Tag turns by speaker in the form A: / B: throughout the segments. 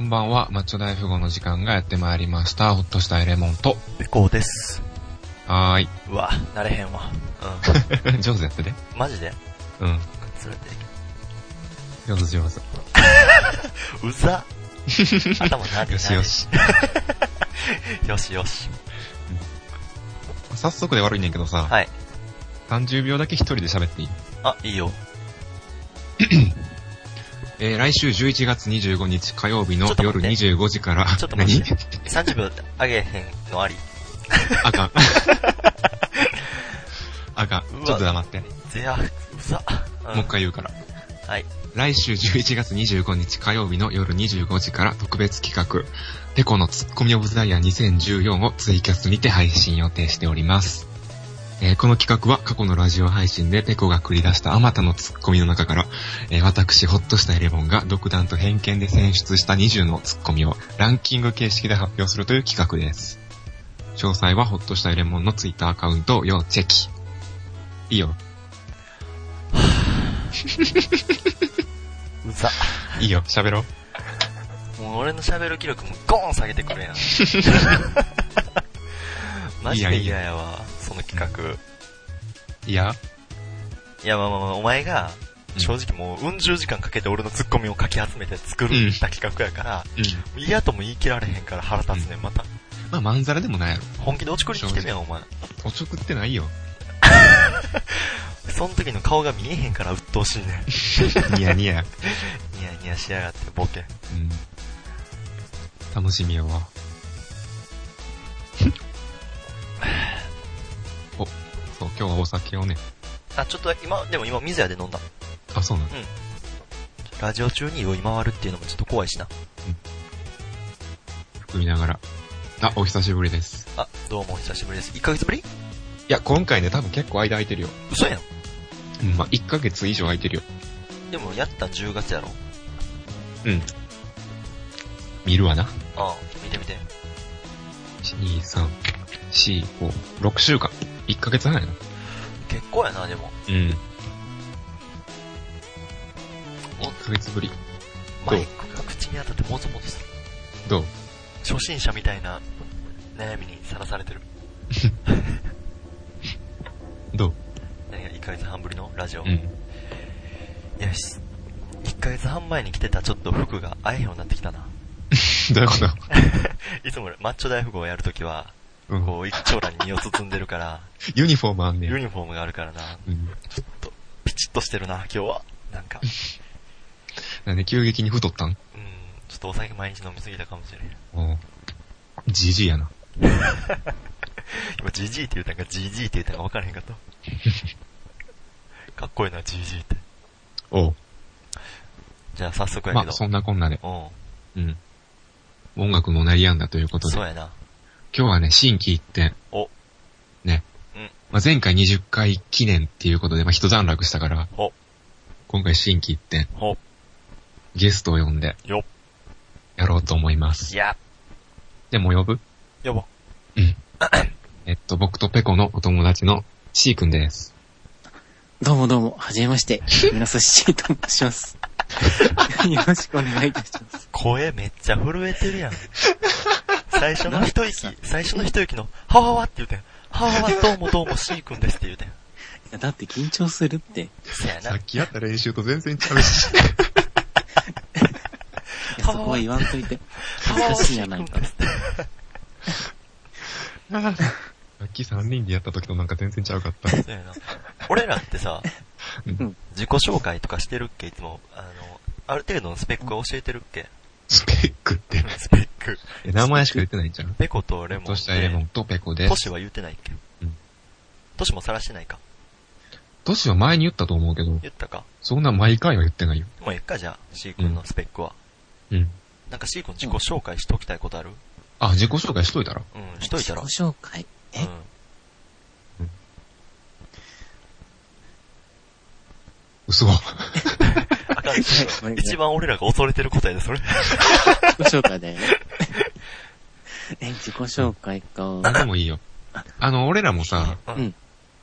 A: んばんは、マッチョ大富豪の時間がやってまいりました。ほっとしたエレモンと。
B: ペコーです。
A: はーい。
B: うわ、なれへんわ。う
A: 上手やってね。
B: ん。 マジで
A: うん。
B: それって、
A: 上手上手。
B: う ざ。頭なに
A: よしよ。し。
B: よしよし。
A: 早速で悪いねんけどさ、
B: はい。
A: 30秒だけ一人で喋っていい
B: あ、いいよ。
A: えー、来週11月25日火曜日の
B: ちょっと待
A: 夜
B: って
A: 25時から、
B: ちょっと待
A: 何
B: って。30秒あげへんのあり。
A: あかん。あかん
B: う。わ
A: ちょっと黙って。も
B: ぜや、うざ。も
A: う一。回言うから。
B: はい。
A: 来週11月25日火曜日の夜25時から特別企画、ペコのツッコミオブザイヤー2014をツイキャスにて配信予定しております。えーこの企画は過去のラジオ配信でペコが繰り出したあまたのツッコミの中から、えー私、ホッとしたエレボンが独断と偏見で選出した20のツッコミをランキング形式で発表するという企画です。詳細はホッとしたエレモンのツイッターアカウントを要チェキ。いいよ。
B: うざ。
A: いいよ。喋ろう。
B: もう俺の喋る気力もゴーン下げてくれ やん。マジで嫌やわ、その企画。
A: いや。
B: いや、まあまあまあ、お前が、
A: うん
B: 正直もう、うん十時間かけて俺のツッコミをかき集めて作る
A: うん
B: た企画やから、
A: うん。
B: 嫌とも言い切られへんから腹立つねん、また。
A: まあ、まんざらでもないやろ。
B: 本気で落ちこりに来てるやん、お前。
A: おちょくってないよ。
B: その時の顔が見えへんから鬱陶しいねん。
A: ニヤニヤ。
B: ニヤニヤしやがって、ボケ。
A: うん。楽しみよわ。 お、そう、今日はお酒をね。
B: あ、ちょっと今、でも今水屋で飲んだ。
A: あ、そうなの
B: ラジオ中に酔い回るっていうのもちょっと怖いしな。
A: 含みながら。あ、お久しぶりです。
B: あ、どうもお久しぶりです。1ヶ月ぶり
A: いや、今回ね、多分結構間空いてるよ。
B: 嘘やん。
A: うん、まあ、1ヶ月以上空いてるよ。
B: でもやった10月やろ。
A: うん。見るわな。
B: ああ、見てみて。
A: 2、3、4、5、6週間。1ヶ月半やな。
B: 結構やな、でも。
A: うん。
B: お
A: 1ヶ月ぶり。
B: マイクが口に当たってもぞもぞする。
A: どう
B: 初心者みたいな悩みにさらされてる。
A: どう
B: 何が1ヶ月半ぶりのラジオ。
A: うん。
B: よし。1ヶ月半前に着てたちょっと服が合えへんようになってきたな。
A: どういうこと
B: いつもマッチョ大富豪をやるときは、
A: うん
B: こう一長羅に身を包んでるから、
A: ユニフォームあんね
B: ユ
A: ん。
B: ニフォームがあるからな、
A: うん。
B: ピチッとしてるな、今日は。なんか、うん、ち
A: なんで急激に太ったん
B: ょっとお酒毎日飲みすぎたかもしれん。
A: うん。じじいやな。
B: 今、ジジイって言うたんか、ジジイって言うたんか分からへ んかった。かっこいいな、ジジイって。
A: おう。
B: じゃあ早速や
A: ま
B: け
A: あ、
B: ど。
A: そんなこんなで。
B: うん。
A: うん。音楽も鳴りやんだということで。
B: そう
A: 今
B: やな。
A: 日はね、新規一点。
B: お。
A: ね。
B: うん
A: まあ、前回20回記念っていうことで、まあ、一段落したから。
B: お
A: 今回新規一点、
B: ほ、
A: ゲストを呼んで、
B: よ、
A: やろうと思います。
B: や、
A: でも呼ぶ
B: やば。
A: えっと、僕とペコのお友達の C 君です。
C: どうもどうも、はじめまして。皆さん、シートと申します。 よろしくお願いいたします。
B: 声めっちゃ震えてる やん。最初の一息、最初の一息の、はわわって言うてん。はわわどうもどうも C 君ですって言うてん。
C: いやだって緊張するって。
B: せやな。
A: きやった練習と全然違うし。
C: いやそこは言わんといて。恥ずかしいやないか。
A: さっき3人でやった時となんか全然ちゃうかった。
B: そうやな。俺らってさ、
A: うん
B: 自己紹介とかしてるっけいつも、あの、ある程度のスペックは教えてるっけ
A: スペックって。
B: スペック。
A: え、名前しか出てないんじゃん。
B: ペコとレモンで。
A: としたエレモンとペコです。
B: トシは言ってないっけ
A: うん
B: トシも晒してないか
A: トシは前に言ったと思うけど、
B: 言ったか
A: そんな毎回は言ってないよ。
B: もうえっかじゃあ、C 君のスペックは。
A: うん。
B: なんか C 君自己紹介しておきたいことある
A: あ、自己紹介しといたら
B: うん、しといたら。
C: 自己紹介。え、
B: うん。
A: 嘘。
B: あかんでし ょ
C: ごめんね
B: 一番俺らが恐れてる答えで、それ。
C: 自己紹介だよね。 え、自己紹介
A: 何
C: か。
A: でもいいよ。 あの、俺らもさ、
B: う
C: うんん。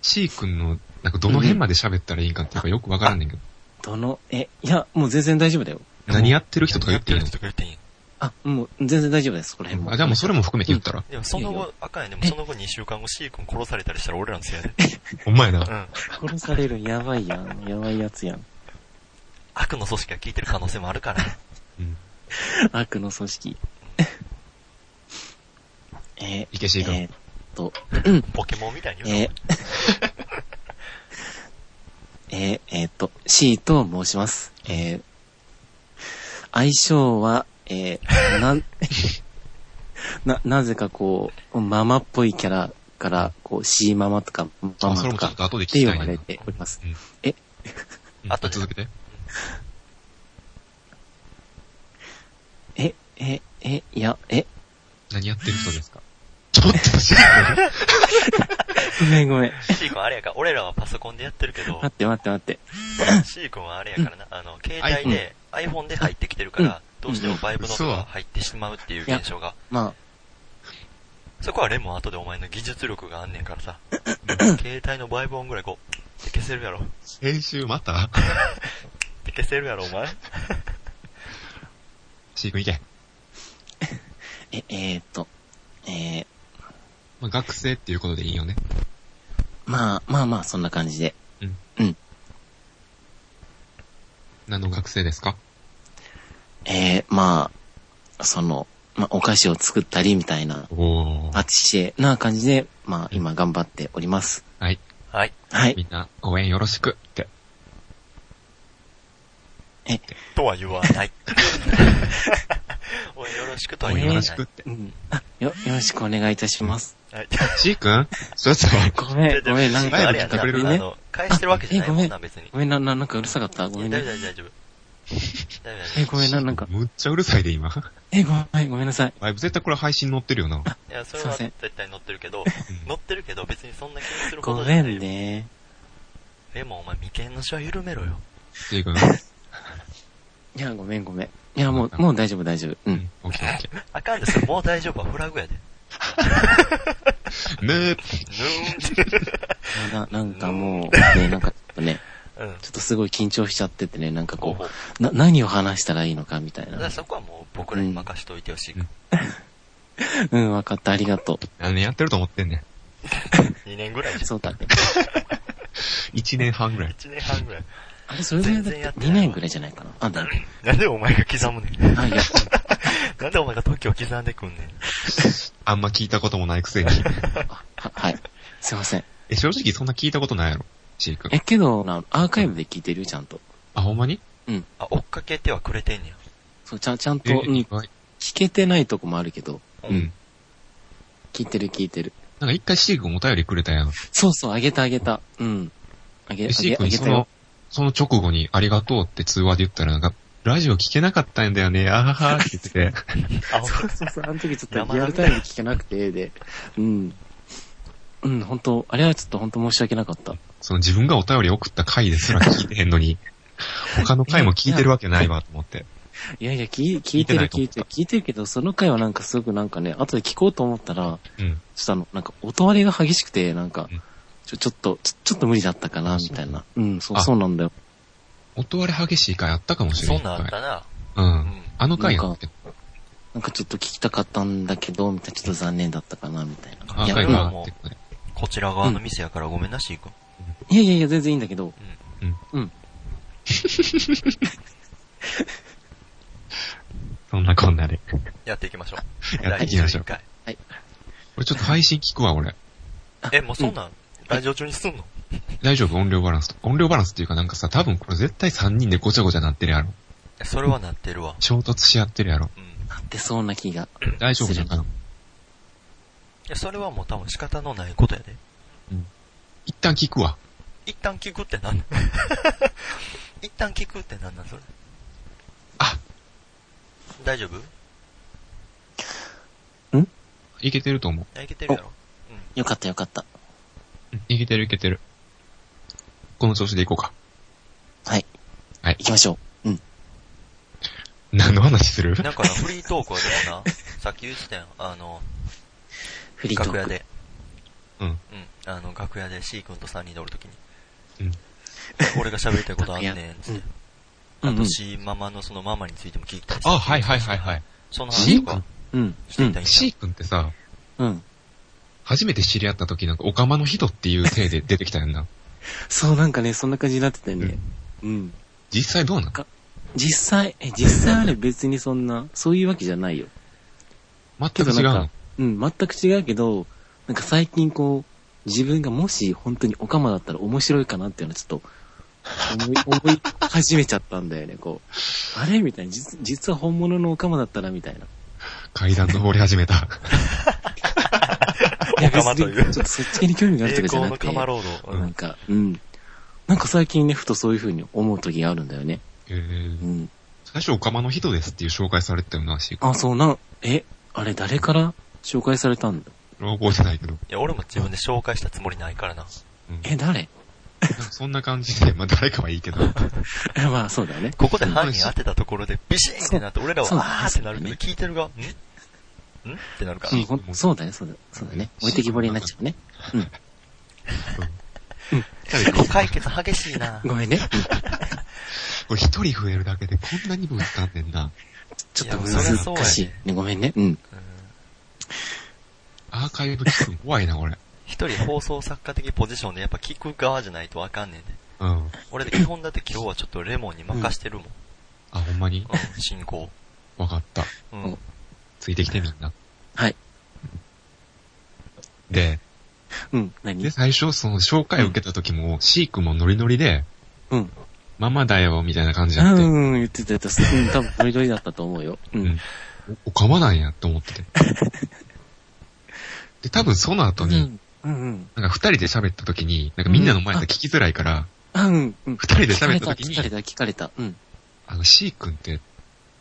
A: C 君の、なんかどの辺まで喋ったらいいんかっていうかよくわからんねんけど。
C: どの、え、いや、もう全然大丈夫だよ。
A: 何やってる人とか言っていいの
B: やる人とか言っていい
C: あ、もう、全然大丈夫です、この辺も。
A: あ、じゃあもうそれも含めて言ったら。
B: でもその
C: いい
B: 後
C: よ、
B: あかんやでもその後2週間後、シー君殺されたりしたら俺らのせい やで。
A: ほんまや
B: う
A: な。
B: ん。
C: 殺されるやばいやん。やばいやつやん。
B: 悪の組織が効いてる可能性もあるから。
A: う ん。
C: 悪の 組織。え
A: いけし
C: ー、
A: いか。
C: えーっと、
B: ポケモンみたいに言う
C: えー、 えー、えーっと、C と申します。えー、相性は、えー、な、 な、なぜかこう、ママっぽいキャラから、こう、C ママとか、マ
A: あ
C: マ
A: それ
C: と
A: もちょ
C: か
A: っ、と後で聞
C: って
A: きた
C: 呼
A: い
C: ば
A: な。
C: れております。
A: うん
B: 後で
A: 続けて。
C: え、え、え、いや、え、
A: 何やってる人ですか ちょっと知らない。
C: ごめんごめん。
B: の。シー君あれやから、俺らはパソコンでやってるけど
C: 待、って待って待って。
B: シー君はあれやからな、あの、携帯で、iPhone で入ってきてるから、どうしてもバイブの音が入ってしまうっていう現象が。
C: ま
B: そこはレモン後でお前の技術力があんねんからさ。携帯のバイブ音ぐらいこう、って消せるやろ。っ
A: 先週また
B: て消せるやろ、お前。
A: シー君行け。
C: あ、え、えーっと、えー、
A: まあ、学生っていうことでいいよね。
C: まあ、まあまあ、そんな感じで。
A: 何の学生ですか
C: えー、まあ、その、まあ、お菓子を作ったりみたいな、
A: お
C: パティシエな感じで、まあ、今頑張っております。
A: はい。
B: はい。
C: はい。
A: みんな、応援よろしくって。
B: とは言わ ない。おい、よろしくとは
A: 応
B: 言
A: 援
B: わ
A: よ
B: ない。
A: ろしくって
C: う。ん。あ、よ、よろしくお願いいたします。
B: はい。
A: シー君そうやったら、
C: ごめん、ごめん、なん
A: 前の
B: あ
C: か
A: 聞
B: れ
A: い
B: や
A: て
B: な、
A: くれる
B: あの、返してるわけじゃないもんな、別に。
C: ごめんな、ななんかうるさかったごめん
B: 大
C: ね
B: 丈。夫、大丈夫。大丈夫、大丈
C: え、 ごめんな、なんか、
A: むっちゃうるさいで今。
C: え、ごめん、ごめんなさい。
A: あ絶対これ配信載ってるよな。
B: 夫。いや、それ
C: すい
B: は
C: ません
B: 絶対乗ってるけど、
A: うん
B: 乗ってるけど、別にそんな気にするこ
C: ご
B: とじゃ
C: め
B: ない
C: ん
B: よ。
C: ね。
B: でも、お前、眉間のシワ緩めろよ。
A: シー 君。
C: いや、ごめん、ごめん。いや、もう、もう大丈夫、大丈夫。う。
A: うんん。オッケーオッケ
B: あかんです よ、もう大丈夫はフラグやで。
A: ー。ね
B: ぬーんって。
C: な、なんかもう、ね、なんかちょっとね、
B: うん。
C: ちょっとすごい緊張しちゃっててね、なんか
B: こう
C: こう、。な、何を話したらいいのかみたい
B: だから
C: な。
B: そこはもう僕らに任しといてほしい。
A: うん
C: うん、わかった、ありがと
A: 何年やってると思ってんねん。
B: 2年ぐらいじ
C: う。
B: ゃん。
C: そうだね。
A: 1年半ぐらい。
B: 1年半ぐらい。
C: あれ、それぐらいだ
B: 全然やっ
C: っ
B: ててない
C: 2年ぐらいじゃないかな。あ、だね。
B: なんでお前が刻むねん。
C: あ、いや、
B: なんでお前が時を刻んでくんねん。
A: あんま聞いたこともないく せに。
C: は、はい。すいません。
A: え、正直そんな聞いたことないやろ。シー君。
C: え、けど、なアーカイブで聞いてるよちゃんと。
A: あ、ほんまに
B: あ、追っかけてはくれてんねや。
C: そう、ちゃん、ちゃんと、
A: え
C: に、
A: はい
C: 聞けてないとこもあるけど、
A: うん。
C: 聞いてる聞いてる。
A: なんか一回シー君お便りくれたやん。
C: そうそう、あげたあげた。うん。あげ、あ
A: でシ
C: げ、
A: ー
C: あ
A: 君、
C: げ
A: そ
C: たよ
A: の。、その直後にありがとうって通話で言ったら、なんか、ラジオ聞けなかったんだよね、あははって言ってて、
B: あ、ほ
C: そうそうそう、あの時ちょっとリアルタイムで聞けなくて、で、うん。うん、本当あれはちょっと本当申し訳なかった。
A: その自分がお便り送った回ですら聞いてへんの に、他の回も聞いてるわけないわと思って。
C: いやいや、聞い聞いてる聞
A: 聞
C: い
A: い
C: て
A: て
C: る
A: な、
C: 聞いてるけど、その回はなんかすごくなんかね、後で聞こうと思ったら、
A: うん。
C: ちょっとあの、なんか音割れが激しくて、なんか
A: うん、
C: ちょ、ちょっと、ちょ、ちょっと無理だったかな、
A: あ
C: みたいな。うん、そう、
A: あ
C: そうなんだよ。
A: 音割れ激しい回あったかもしれ
B: そ
A: ない。
B: んなんあったな。
A: たう。
B: うんん。
A: あの回やったけど、
C: なんかちょっと聞きたかったんだけど、みたいな、ちょっと残念だったかな、みたいな。
A: あの
C: いや、
A: 回
B: 赤い
A: が
B: な
A: あってことで。
B: こちら側の店やからごめんな、シー君。
C: うんいやいやいや、全然いいんだけど、
A: そんなこんなで。
B: やっていきましょう。
A: やっていきましょう
B: 第11回
A: 俺ちょっと配信聞くわ、 俺。
B: え、もうそんなん、ラジオ中にすんの
A: 大丈夫音量バランスと。音量バランスっていうかなんかさ、多分これ絶対3人でごちゃごちゃなってるやろ。
B: それはなってるわ。
A: 衝突し合ってるやろ。
B: うん。い
C: なってそうな気が。
A: 大丈夫じゃんかな。
B: や、それはもう多分仕方のないことやで。
A: 一旦聞くわ。
B: 一旦聞くって なん一旦聞くってなんなんそれ。
A: あ、
B: 大丈夫
A: いけてると思う。
B: あいけてるやろ
C: よかったよかった。
A: うんいけてるいけてる。この調子でいこうか。
C: はい。
A: はい
C: 行きましょう。うん。
A: 何の話する
B: なんかな、フリートークはで もな、さっき言ってたやん、あの、
C: フリート
B: 楽
C: ー
B: 屋
C: ク。
B: で。
A: うん
B: うん。あの、楽屋で C 君と3人でおるとき に。
A: うん
B: 俺が喋りたいことあんねん、つって。
C: う
B: あ
C: んうん
B: と C ママのそのママについても聞いたりして
A: あ、はいはいはいはい。
B: その
A: シ
B: 話
A: ー君
B: とか
C: うん。
B: し
C: う
B: てい
C: ん
B: た。いんだ。
A: シー君ってさ、
C: うん。
A: 初めて知り合った時なんか、オカマの人っていう体で出てきたやん な。
C: そう、なんかね、そんな感じになってたよね。うん。
A: 実際どうなの
C: 実際、え、実際あれ別にそんな、そういうわけじゃないよ。
A: 全く違う
C: なん
A: の
C: か。、うん、全く違うけど、なんか最近こう、自分がもし本当にオカマだったら面白いかなっていうのはちょっと、思い、思い始めちゃったんだよね、こう。あれみたいな、実実は本物のオカマだったらみたいな。
A: 階段登り始め た。
B: オカマとい
C: や別
B: う
C: にちょ。っとそっちに興味がある
B: 栄
C: とかじゃ
B: 光
C: な
B: の
C: くて、
B: カマロード。う
C: なん
B: ん。
C: か、うん。なんか最近ね、ふとそういう風に思う時があるんだよね。
A: えー
C: うん。
A: 最初、オカマの人ですっていう紹介されてたよな、シー君。
C: あ、そうなん、え、あれ誰から紹介されたんだ
A: 俺は覚えてないけど。
B: いや、俺も自分で紹介したつもりないからな。
A: うん
C: え、誰
A: なんかそんな感じで、まあ誰かはいいけど。
C: えまあ、そうだよね。
B: ここで犯人当てたところでビシーンってなって、俺らは
C: そう
B: あーってなるけど、
C: そう
B: 聞いてるが、んんってなるか
C: う
B: ら
C: ん、。ほんそうだね、そうだ、そうだね。置いてきぼりになっちゃうね。うん。
B: 解決激しいな。
C: ごめんね。
A: 俺一人増えるだけでこんなにも歌ってんだ。
C: ちょっと
B: いやそりゃそうやね
C: 難しい。ね、ごめんね。うん。
B: うん
A: アーカイブ聞くの怖いな、俺。
B: 一人放送作家的ポジションでやっぱ聞く側じゃないとわかんねえで。
A: うん。
B: 俺基本だって今日はちょっとレモンに任してるもん。
A: あ、ほんまに
B: うん、進行。
A: わかった。
B: う
C: うん
B: ん。
A: ついてきてみんな。
C: はい。
A: で、
C: うん、何
A: で、最初、その紹介を受けた時も、シークもノリノリで、
C: うん。
A: ママだよ、みたいな感じ
C: う
A: やって、
C: ん、言ってた、言ってた。うん、多分、ノリノリだったと思うよ。う
A: うんん。お、おかまなんや、と思って て。で、多分その後
C: うん、
A: に、
C: うん、うん。
A: なんか二人で喋った時に、なんかみんなの前で聞きづらいから、
C: あ、うん、う
A: 二
C: ん。
A: 人で喋った時
C: 聞かれ
A: に、
C: た、聞かれた、聞かれた。うん。
A: あの、シー君って、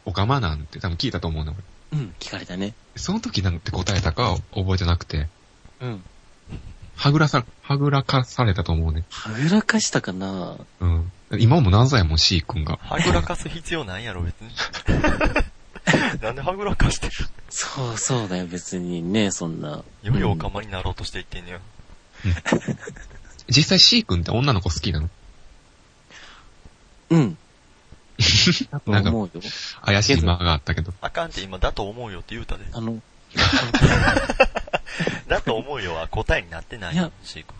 A: おかまなんて多分聞いたと思うの、俺。
C: うん、聞かれたね。
A: その時なんて答えたかは覚えてなくて、
C: うん。
A: はぐらさ、はぐらかされたと思うね。
C: はぐらかしたかな
A: うん。今も何歳も C 君が。
B: はぐらかす必要ないやろ、別 に。なんではぐらかしてる
C: そう、そうだよ、別にね、そんな。
B: よりおかまになろうとしていってんねや。
A: 実際 C 君って女の子好きなの
C: うん。だと
A: なんか
C: 思うよ。
A: 怪しい間があったけど。
B: あかんって今、だと思うよって言うたで。
C: あの、
B: だと思うよは答えになってない
C: いや
B: よ、シー君。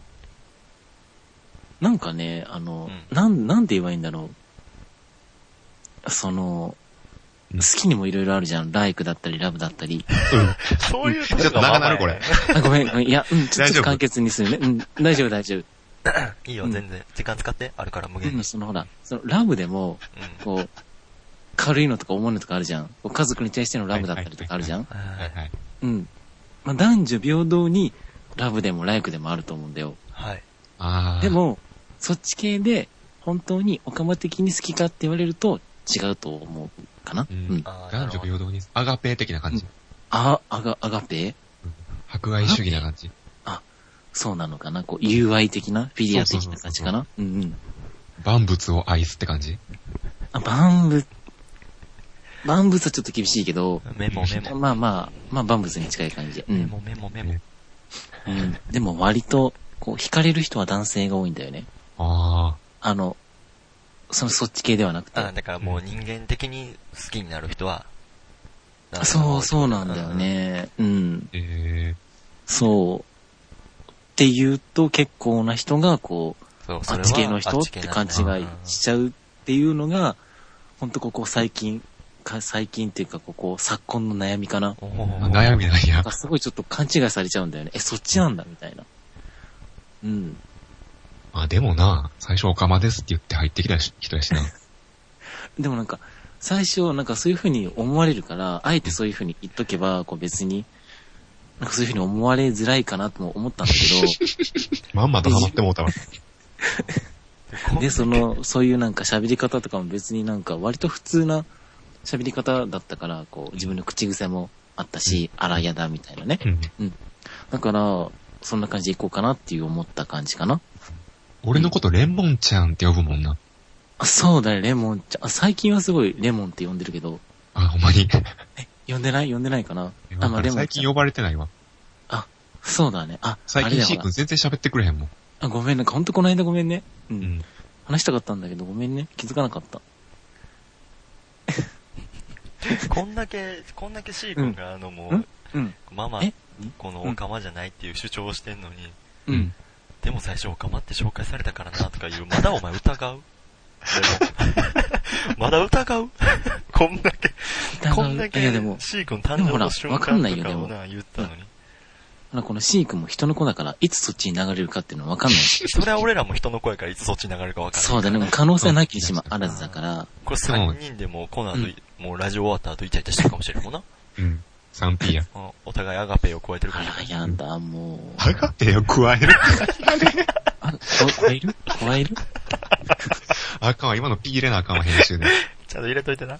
C: なんかね、あの、
B: うん
C: なん、なんで言えばいいんだろう。その、
A: うん
C: 好きにもいろいろあるじゃん。ライクだったり、ラブだったり。
B: そういうとこ
A: ちょっと
B: が
A: 長
B: ママ
A: な
B: や
A: るこれ。
C: あ、ごめん、ごめん。いや、うん、ちょ
A: 大
C: っ
A: 丈
C: と
A: 夫
C: 簡潔にするね。うん、大丈夫、大丈夫。
B: いいよ、全然。時間使って、あるから無限
C: う
B: に
C: ん、。そのほら、そのラブでも、
B: うん。
C: こう、軽いのとか重いのとかあるじゃん。こう家族に対してのラブだったりとかあるじゃん。
A: は
B: はい
A: はい。
C: うん。まあ、男女平等に、ラブでもライクでもあると思うんだよ。
B: い。
A: あー
C: で、も、そっち系で、本当にオカマ的に好きかって言われると、違うと思うかな。
A: う
C: うんん。
B: あー
A: 男女平等に、アガペー的な感じ。
C: あ、あが、あがペ
A: 博愛主義な感じ。
C: そうなのかなこう、友愛的な、フィギュア的な感じかなうんうん。
A: 万物を愛すって感じ。
C: あ、万物、万物はちょっと厳しいけど、
B: メモメモ。
C: まあまあ、まあ万物に近い感じで。う
B: メ
C: ん。
B: モメモメモ。
C: うん。でも割と、こう、惹かれる人は男性が多いんだよね。
A: あ
C: あの、そのそっち系ではなくて。
B: あだからもう人間的に好きになる人は、
C: そう、そうなんだよ。ね。うん。
A: ー。え
C: そう。って言うと結構な人が、こう、
B: そう、
C: あ
B: そ
C: っ
B: れは
C: ち系の人
B: あ
C: っ
B: ち系
C: て
B: なんだ
C: 勘違いしちゃうっていうのが、ほんとここ最近、か最近っていうかここ昨今の悩みかな。
B: お
A: ー。
B: ー
A: 悩みなんや
C: なんか。すごいちょっと勘違いされちゃうんだよね。え、そっちなんだみたいな。うん。
A: あ、でもな、最初オカマですって言って入ってきた人やしな。
C: でもなんか、最初なんかそういう風に思われるから、あえてそういう風に言っとけば、こう別に、なんかそういう風に思われづらいかなとも思ったんだけ
A: まんまとハマってもうたわ。
C: ど、で、その、そういうなんか喋り方とかも別になんか割と普通な喋り方だったから、こう自分の口癖もあったし、あらやだみたいなね。
A: うん
C: だから、そんな感じでいこうかなっていう思った感じかな。
A: 俺のことレモンちゃんって呼ぶもんな。
C: あそうだね、レモンちゃん。あ最近はすごいレモンって呼んでるけど、
A: あ、ほんま に。
C: 呼んでない呼んでないかなあ、まあレモン
A: 最
C: ち
A: 近
C: ゃ
A: 呼
C: ん。
A: ばれてないわ。
C: そうだね。あ、
A: 最
C: あれ
A: 近
C: だわ
A: C 君全然喋ってくれへんもん。
C: あ、ごめん、なんかほんとこの間ごめんね。う。
A: うんん。
C: 話したかったんだけど、ごめんね。気づかなかった。
B: こんだけ、こんだけ C 君が、あのも
C: うん
B: う、
C: うん。
B: ママ、
C: え
B: この
C: うん
B: オカマじゃないっていう主張をしてんのに、
C: うん。
B: でも最初オカマって紹介されたからなとか言う、まだお前疑うでも まだ疑う こんだけ、こんだけ
C: いやでも、
B: C 君誕生の瞬間
C: でもほらわかんない
B: と
C: よ
B: かを
C: で
B: な、言ったのに。
C: ほらこの C 君も人の子だから、いつそっちに流れるかっていうのはわかんないし。
B: それは俺らも人の声からいつそっちに流れるかわかんない。
C: そうだね。でも可能性はなきにしもあらずだから、
B: これ3人でも、この後、もうラジオ終わった後イチャイチャしてるかもしれんもんな。
A: うん。3P や。
B: うんお互いアガペを超えてるか
C: あ
B: もしれな
C: ら、
B: い。
C: やだ、もう。
A: はがてを加える。
C: あ、こ、いる怖いる
A: あかんわ、今の P 入れなあかんわ、編集で。
B: ちゃんと入れといてな。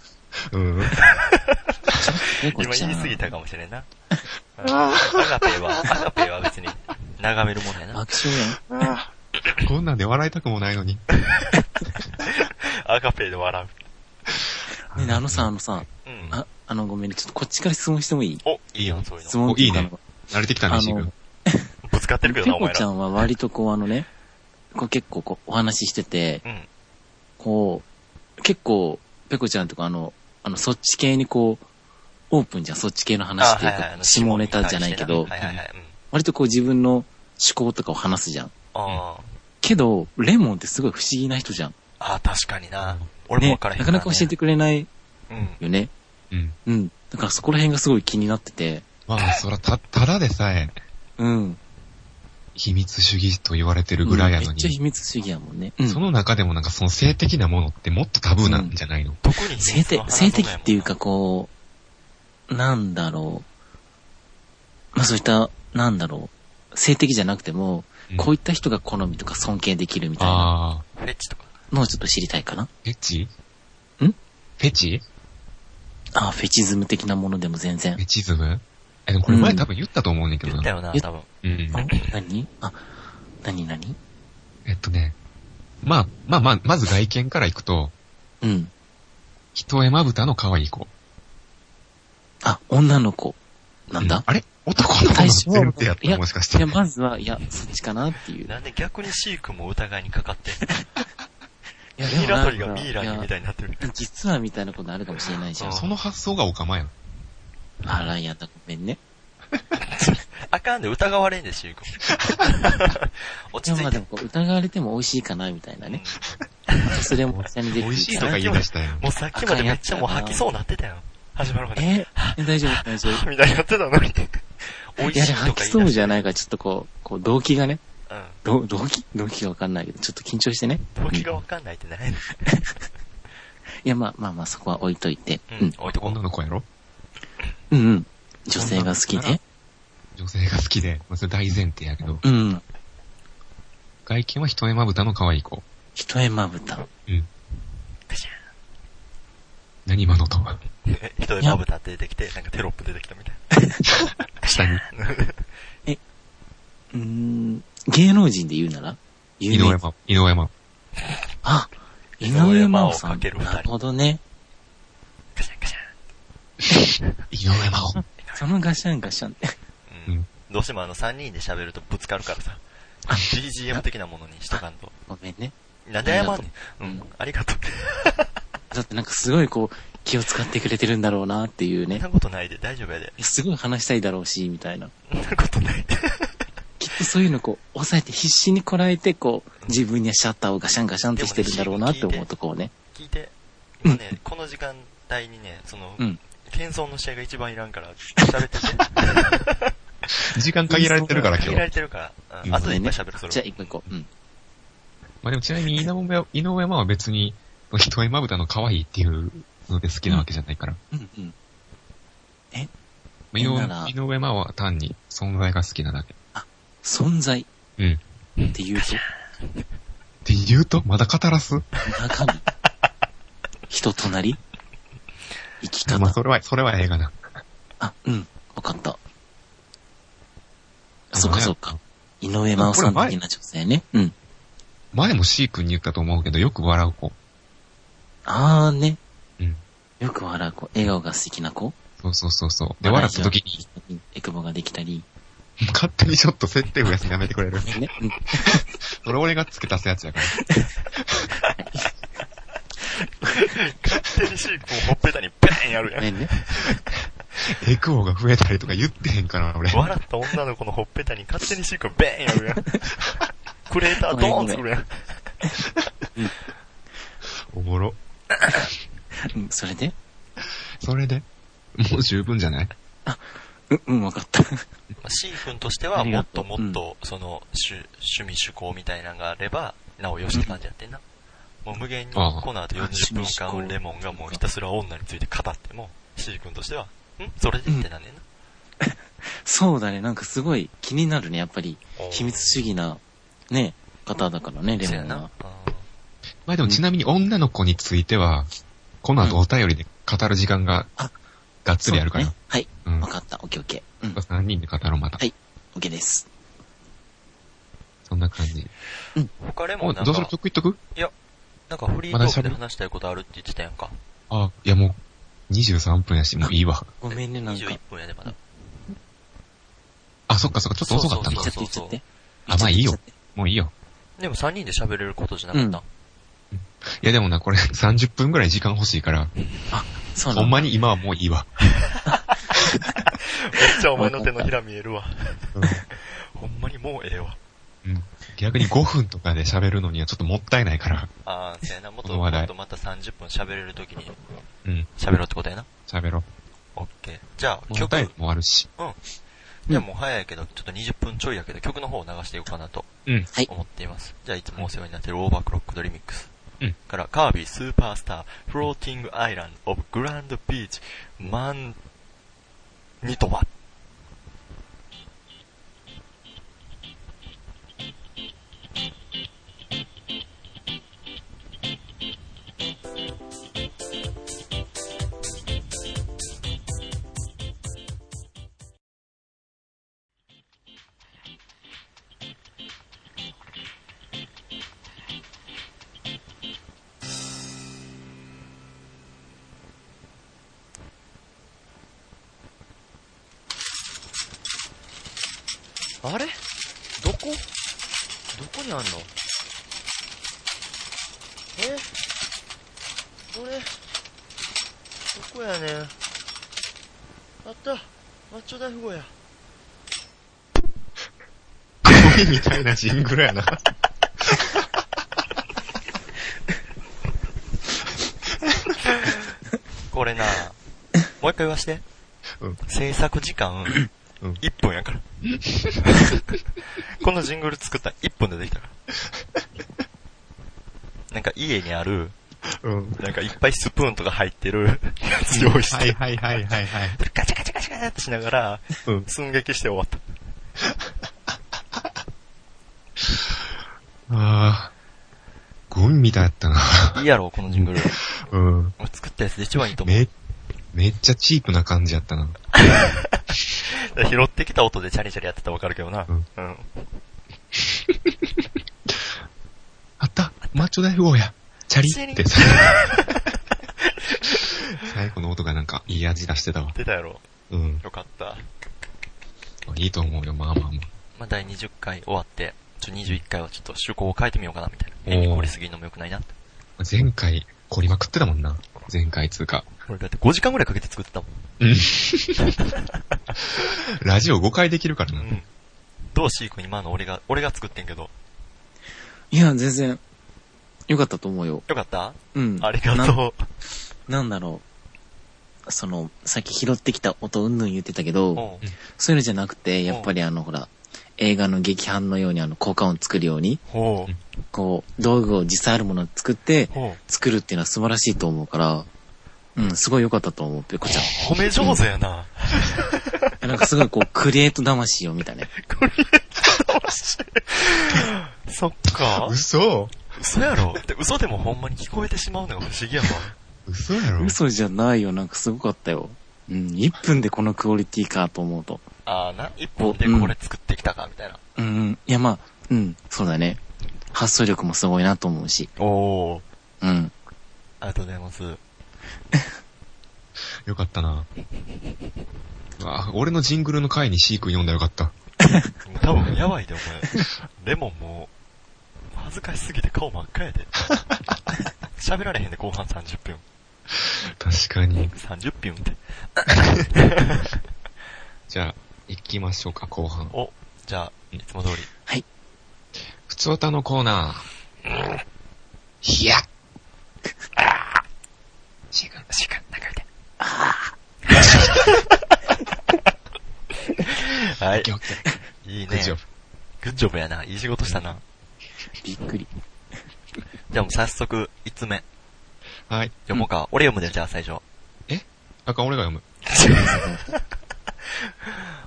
A: うん。
C: 猫
B: 今
C: ちゃ
B: 言い
C: ん。
B: 過ぎたかもしれんな。 うんアガペは、アガペは別に眺めるものやな。
C: 爆笑やん。
A: こんなんで笑いたくもないのに。
B: アガペで笑
C: ねえ、あのさ、あのさ、
B: う。うん。
C: あ、あの、ごめんね、ちょっとこっちから質問してもいい
B: お、
A: いいよ
B: そういう
C: 質
B: の。
C: 問ってうか
A: おいいね。慣れてきた
C: あ
A: ね、シー
C: の
A: 君。、
B: ぶつかってるけ
C: ペ
B: どな、お
C: コ
B: 前
C: ちゃ
B: ら。
C: んは割とこう、あのね、こう結構こう、お話ししてて、
B: うん。
C: こう、結構、ペコちゃんとかあの、あの、そっち系にこう、オープンじゃん、そっち系の話っていうか、下ネタじゃないけど
B: は、いはいはい。うん。
C: 割とこう自分の思考とかを話すじゃん。
B: あー
C: けど、レモンってすごい不思議な人じゃん。
B: あー、確かにな。俺も
C: ね
B: わからへん
C: なかなか教えてくれない
B: らね。
C: よね。
A: うん。
C: うん。だからそこら辺がすごい気になってて、
A: まあ、そら、た、ただでさえ、
C: うん。
A: 秘密主義と言われてるぐらいや
C: うん
A: の
C: めっ
A: に
C: ちゃ、秘密主義やもんね。うん
A: その中でもなんかその性的なものってもっとタブーなんじゃないの、
B: うん。特に秘
C: 性
B: 密
C: 的
B: の、話
C: 性的っていうかこう、なんだろう。まあそういった、なんだろう。性的じゃなくても、
A: うん
C: こういった人が好みとか尊敬できるみたいな
A: ああ、
B: フェッチとか。
C: のをちょっと知りたいかな。
A: フェチん
C: ん
A: フェチ
C: ああ、フェチズム的なものでも全然
A: フェ。チズムえ、でもこれ
C: う
A: 前
C: ん
A: 多分言ったと思うねんだけ
B: 言
A: ど
B: った
A: な。
B: よな、
C: え
B: 多分。
A: うん
C: あ。何あ、何何
A: えっとね。まあ、まあまあ、まず外見からいくと、
C: うん。
A: 一重まぶたの可愛い子。
C: あ、女の子。なんだ、
A: うあれ男の子の前提やっ
C: い
A: た
C: や
A: もしかして
C: いや、。まずは、いや、そっちかなっていう。い
B: なんで逆にシークも疑いにかかってんの
C: や、
B: ミイラ取りが
C: なんか
B: ミイラにみたいになってる。
C: いや実はみたいなことあるかもしれないじゃん。
A: その発想がオカマやん。
C: あら、やだ、ごめんね。
B: あかんで疑われんで、シークも。
C: で
B: 落ち
C: も
B: 着
C: ま
B: い
C: あ
B: て
C: で。もこう、疑われても美味しいかな、みたいなね。それもお茶に
A: 美
C: できる。
A: 味しいとか言い出したやん。
B: もうさっきまでめっちゃもう吐きそうなってたよ。始まるまで。
C: ええ大丈夫、大丈夫。
B: みたいになってたのに。美
C: い
B: 味
C: や、
B: しい
C: でも
B: と
C: 吐
B: か
C: きそ
B: 言い出
C: うじ
B: し
C: ゃないから、ちょっとこう、こう、動機がね。
B: た。うん。
C: どう動機動機がわかんないけど、ちょっと緊張してね。
B: 動機がわかんないってないの
C: いや、まあまあまあ、そこは置いといて。
B: うん。置いとこ
A: 女
B: う。
A: の子やろ
C: うんうん。女性が好きで。
A: 女性が好きで、まあ、それ大前提やけど。
C: うん。
A: 外見は一重まぶたの可愛い子。
C: 一重まぶた。
A: うん。
B: ガシャ
A: 何今のと。
B: ンえ人でまぶたって出てきて、なんかテロップ出てきたみたい
A: 下に。
C: うーん。芸能人で言うなら
A: 井
C: 有
A: 上
C: 名。
A: 真央。井上真央。
C: あ井
B: 井
C: 上
B: 上
C: 真
B: 真
C: 央
B: 央
C: さ
B: さ
C: ん。
B: ん
C: なるほどね。
B: ガシャンガシャ
A: 井上真央。
C: そのガシャンガシャンって。
B: ン。う
A: うんん。
B: どうしてもあの3人で喋るとぶつかるからさ。BGM 的なものにしとかんと。
C: ごめんね。
B: なんで謝んねん。
C: う
B: うんん。ありがとう。
C: だってなんかすごいこう、気を使ってくれてるんだろうなっていう
B: そん
C: ね
B: な。ことないで、大丈夫やで。
C: すごい話したいだろうし、みたいな。
B: そんなことないで。
C: きっとそういうのこう、抑えて必死にこらえて、こう、自分にはシャッターをガシャンガシャンってしてるんだろうなって思うとこをね。
B: 聞いて。今ね、この時間帯にね、その
C: う、ん。
B: 謙遜の試合が一番いらんから、喋 ってて。
A: 時間限られてるから今
B: 限
A: 日
B: ら。れてるから。うん。あとでいっぱい喋る、それ
C: じゃあ
B: は。
C: 一個一個。うん。
A: まあでもちなみに井上真央井上真央は別に、一重まぶたの可愛いっていうので好きなわけじゃないから。
C: うんうん。
A: 井
C: ほんなら
A: 上井上真央は単に存在が好きなだけ。
C: 存在
A: うん。
C: って言うと、
A: って言うと、まだ語らす
C: 中身人となり生き
A: まあ
C: 方
A: それは、それはええがな。
C: あ、うん。わかった。そっかそっか。井上真央
A: こ
C: さ
A: れ
C: ん
A: 前
C: 的な女性ね。うん。
A: 前も C 君に言ったと思うけど、よく笑う子。
C: あーね。
A: うん。
C: よく笑う子。笑顔が素敵な子。
A: そうそうそうそう。で、笑った時に、
C: に。エクボができたり。。
A: 勝手にちょっと設定増やすのやめてくれる
C: ね。うん。
A: それ俺が付け足すやつやから。
B: 勝手にシークをほっぺたにペーーンやるやん
C: ね。ね。
A: エクオが増えたりとか言ってへんから、俺。
B: 笑った女の子のほっぺたに勝手にシークがベーンやるやん。クレータードーン作るやん。
A: おもろ。
C: うんそれで
A: それで、もう十分じゃない
C: うん、うん、わかった。
B: まあ、C 君としては
C: あり
B: も
C: が
B: っと
C: とう
B: もっと、その、趣趣味趣向みたいなのがあれば、なおよしって感じやってんな。もう無限に、
A: ああ
B: この後40分間、レモンがもうひたすら女について語っても、C 君としては、んそれでってなんねんな。
C: そうだね、なんかすごい気になるね、やっぱり。秘密主義な、ね、方だからね、レ
B: そう
C: モ
B: や
C: ン
B: な
C: は。。
A: まあでもちなみに女の子については、この後お便りで語る時間が
C: あ、
A: がっつりあるから。
C: そうねはい。
A: うん
C: わ。かった。オッケーオッケー。うん。オッ
A: 3人で語ろう、また
C: は。いケーです。
A: そんな感じ。
B: うん他レモ
A: も
B: ン
A: う、
B: なん
A: どうする
B: か、
A: 曲いっとく
B: なんかフリートークで話したいことあるって言ってたやんか。
A: あ、いやもう、23分やし、もういいわ。
C: ごめんね、なんか。
B: 21分やでまだ。
A: あ、そっかそっか、ちょっと遅かった
C: 言
A: の
C: っ
A: か
C: ちゃって言っちゃって。
A: あまあいいよ
C: 言っちゃって。
A: もういいよ。
B: でも3人で喋れることじゃなかった。
A: いやでもな、これ30分ぐらい時間欲しいから、
C: そうな
A: ほん
C: の。
A: まに今はもういいわ。
B: めっちゃお前の手のひら見えるわ。 ほんまにもうええわ。
A: うん逆に5分とかで喋るのにはちょっともったいないから、
B: ああ、そうやな。もっ
A: こ
B: と、
A: の
B: も
A: 話題
B: っとまた30分喋れるときに
A: うん、
B: 喋ろうってことやな。
A: 喋ろ
B: オッケー。じゃあ、
A: う。もうお
B: 曲
A: 便、りもあるし。
B: じゃあもう早いけど、ちょっと20分ちょいやけど、曲の方を流していこうかなと
A: うん。
C: はい
B: 思っています。じゃあ、いつもお世話になっているオーバークロックドリミックス。
A: うん
B: から、カービィスーパースター、フローティングアイランド、オブグランドビーチ、マン、ニトバ。あれどこどこにあんのえこれどこやねんあったマッチョ大富豪や
A: 恋みたいなジングルや な。
B: こ れなもう一回言わして、
A: うん
B: 制作時間
A: うん
B: 1分やからこのジングル作ったら1分でできたからなんか家にある
A: うん。
B: なんかいっぱいスプーンとか入ってるやつ用意して、
A: はいはいはいはいはい。
B: ガチャガチャガチャガチャってしながら、
A: うん。
B: 寸劇して終わった。
A: ああ。ゴミみたいだったな。
B: いいやろ、このジングル。
A: うん。
B: 作ったやつで一番いいと思う。
A: め、めっちゃチープな感じやったな。
B: 拾ってきた音でチャリチャリやってたらわかるけどな。う
A: うんん。あったマッチョ大富豪やチャリ ってさ。最後の音がなんかいい味出してたわ。
B: 出たやろ。
A: うん。
B: よかった。
A: いいと思うよ、まあまあまあ。
B: まあ、第20回終わって、ちょ、21回はちょっと趣向を変えてみようかな、みたいな。変に凝りすぎるのも良くないなって。
A: 前回、凝りまくってたもんな。前回通過。
B: 俺だって5時間ぐらいかけて作ってたも
A: うん。 ラジオ5回できるからな。
B: ん。うん。どうシー君今の俺が、俺が作ってんけど。
C: いや、全然、よかったと思うよ。
B: よかった
C: うん。
B: ありが
C: な。
B: と
C: なんだろう。その、さっき拾ってきた音うんぬん言ってたけど、
B: う。うん。
C: そういうのじゃなくて、やっぱりあの、ほら、映画の劇版のようにあの、効果音作るように、
B: ほう。
C: こう、道具を実際あるものを作って、
B: ほ
C: 作るっていうのは素晴らしいと思うから、うん、すごい良かったと思う、ペコちゃん。
B: う。褒め上手や な。
C: なんかすごいこ う、クリエイト魂を見たね。
B: そっか。
A: 嘘
B: 嘘やろ。で嘘でもほんまに聞こえてしまうのが不思議やもん。
A: 嘘やろ
C: 嘘じゃないよ、なんかすごかったよ。うん、1分でこのクオリティかと思うと。
B: あーな、一本でこれ作ってきたか、みたいな。
C: うんうん、いやまあ、うん、そうだね。発想力もすごいなと思うし。
B: おー。
C: うん。
B: ありがとうございます。
A: よかったな。うわ俺のジングルの回にシーク読んだらよかった。
B: 多分やばいで、お前。レモンもう、恥ずかしすぎて顔真っ赤やで。喋られへんで、後半30分。
A: 確かに。
B: 30分って。
A: じゃあ、行きましょうか、後半。
B: お、じゃあ、いつも通り。
A: 普通歌のコーナー。いや。シー君、シー君、中見て。
B: はい
A: オッケーオッケー
B: いいね
A: 大。丈夫。
B: グッジョブやな。いい仕事したな。
C: びっくり。
B: じゃあもう早速、5つ目。
A: はい。
B: 読もうか。俺読むで、じゃあ最初。
A: あかん、俺が読む。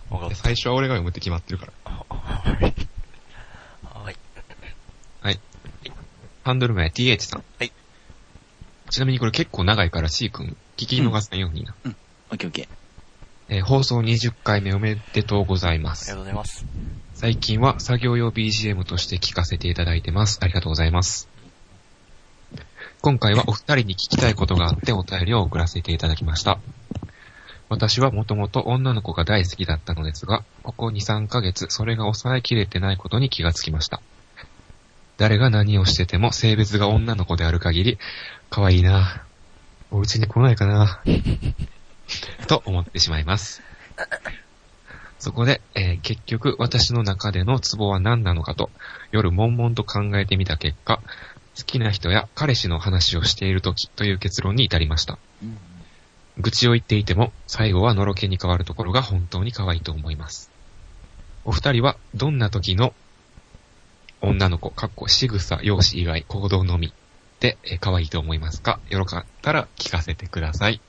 B: わか
A: い
B: っ
A: や最初は俺が読むって決まってるから。
B: たはい。はい。
A: ハンドル名 TH さん。
B: はい。
A: ちなみにこれ結構長いから、シー君、聞き逃さないようにな。
C: オッケーオッケ
A: えー放送20回目おめでとうございま
B: ありが
A: す
B: と。うございます。
A: 最近は作業用 BGM として聞かせていただいてます。ありがとうございます。今回はお二人に聞きたいことがあってお便りを送らせていただきました。私はもともと女の子が大好きだったのですが、ここ2、3ヶ月それが抑えきれてないことに気がつきました。誰が何をしてても性別が女の子である限り、可愛いなぁお家に来ないかなぁと思ってしまいます。そこで、えー結局私の中でのツボは何なのかと、夜悶々と考えてみた結果、好きな人や彼氏の話をしている時という結論に至りました。
C: ー。うん
A: 愚痴を言っていても、最後はのろけに変わるところが本当に可愛いと思います。お二人は、どんな時の女の子、かっこ仕草、容姿以外、行動のみで、えー可愛いと思いますかよろかったら聞かせてください。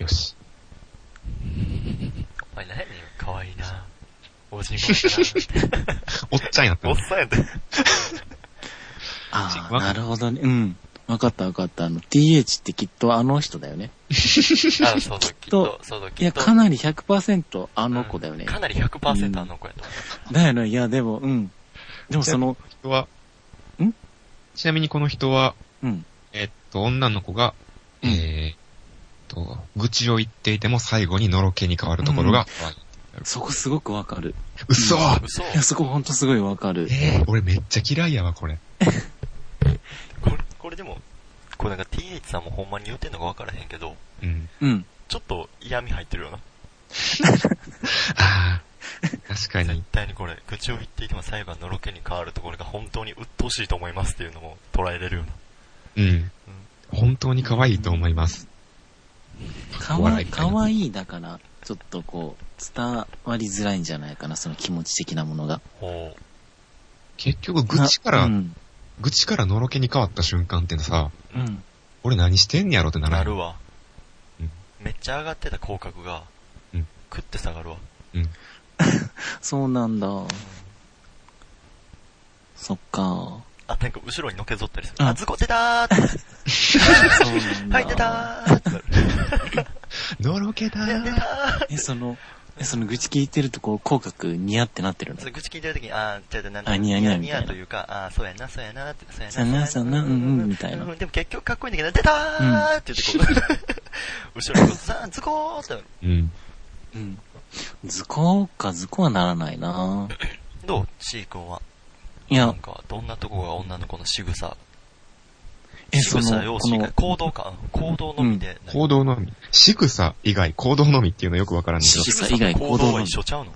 A: よし。
B: お前何やねんよ。かわいいな。おじいもんや
A: おっちゃんやった
B: な。お
A: な
B: っさんやで。
C: あ
A: わ
C: あ、なるほどね。うん。わかったわかった。あの、TH ってきっとあの人だよね。
B: あ、そうそう、きっと、そうそう、
C: い
B: き
C: や、
B: っと。
C: かなり100%あの子だよね。
B: かなり100%あの子やと思
C: だよね。いや、でも、うん。でもその、
A: 人は、
C: ん
A: ちなみにこの人は、
C: うん。
A: えっと、女の子が、
C: うん
A: えーっと、愚痴を言っていても最後にのろけに変わるところが、
C: そこすごくわかる。
A: 嘘、
B: う。嘘
C: いや、そこほんとすごいわかる。
A: えー、俺めっちゃ嫌いやわ、これ。
B: これ、これでも、これなんか TH さんもほんまに言うてんのかわからへんけど、
A: うん。
C: うん。
B: ちょっと嫌味入ってるよな。
A: ああ、確 か
B: 絶
A: に。
B: 対にこれ、愚痴を言っていても最後はのろけに変わるところが本当に鬱陶しいと思いますっていうのも捉えれるよな。
A: うん。本当に可愛いと思います。
C: かわいかわいいだから、ちょっとこう、伝わりづらいんじゃないかな、その気持ち的なものが。
B: ほ
A: 結局、愚痴から、
C: うん。
A: 愚痴からのろけに変わった瞬間ってさ、
C: うん。
A: 俺何してんやろって
B: う、
A: なら
B: な
A: へん
B: るわ
A: うん。
B: めっちゃ上がってた口角が
A: うん、
B: くって下がるわ。
A: うん。
C: そうなんだ。そっか。
B: あ、なんか後ろにのけぞったりす
C: う
B: る。
C: ん
B: あ、ズコてたーって
C: そうな
B: 入
C: んだ。
B: ってたーって なる。
A: のろけだ
B: いや出た
A: ー。
B: ー
C: え、その、え、その愚痴聞いてるとこう、口角ニヤってなってるの
B: そう愚痴聞いてるときに、あー、ちゃうちゃう、なん
C: あニヤニヤみ
B: ニ
C: たい
B: ヤ
C: な
B: というか、あー、そうやな、そうやな、ってそうやな、
C: そうやなそうやなうんうんみたいな
B: うんでも結局かっこいいんだけど、出たーって言ってこう、 後ろにこう、ザーン、ズコーって、
A: うん。
C: うん。図工か図工はならないな
B: どう ?C 君は。
C: い
B: な
C: や
B: ん、か、どんなとこが女の子の仕草
C: え、
B: 仕
C: そ
B: 草、
C: の、
B: 容
C: こ
B: 姿が、
C: の、
B: 行動か、行動のみで。
A: 行動のみ。仕草以外、行動のみっていうのよくわからんけど
C: 仕。草以外
B: 行
C: 行
B: 動
C: 動
B: は
C: は
B: 一
C: 一
B: 緒ちゃうの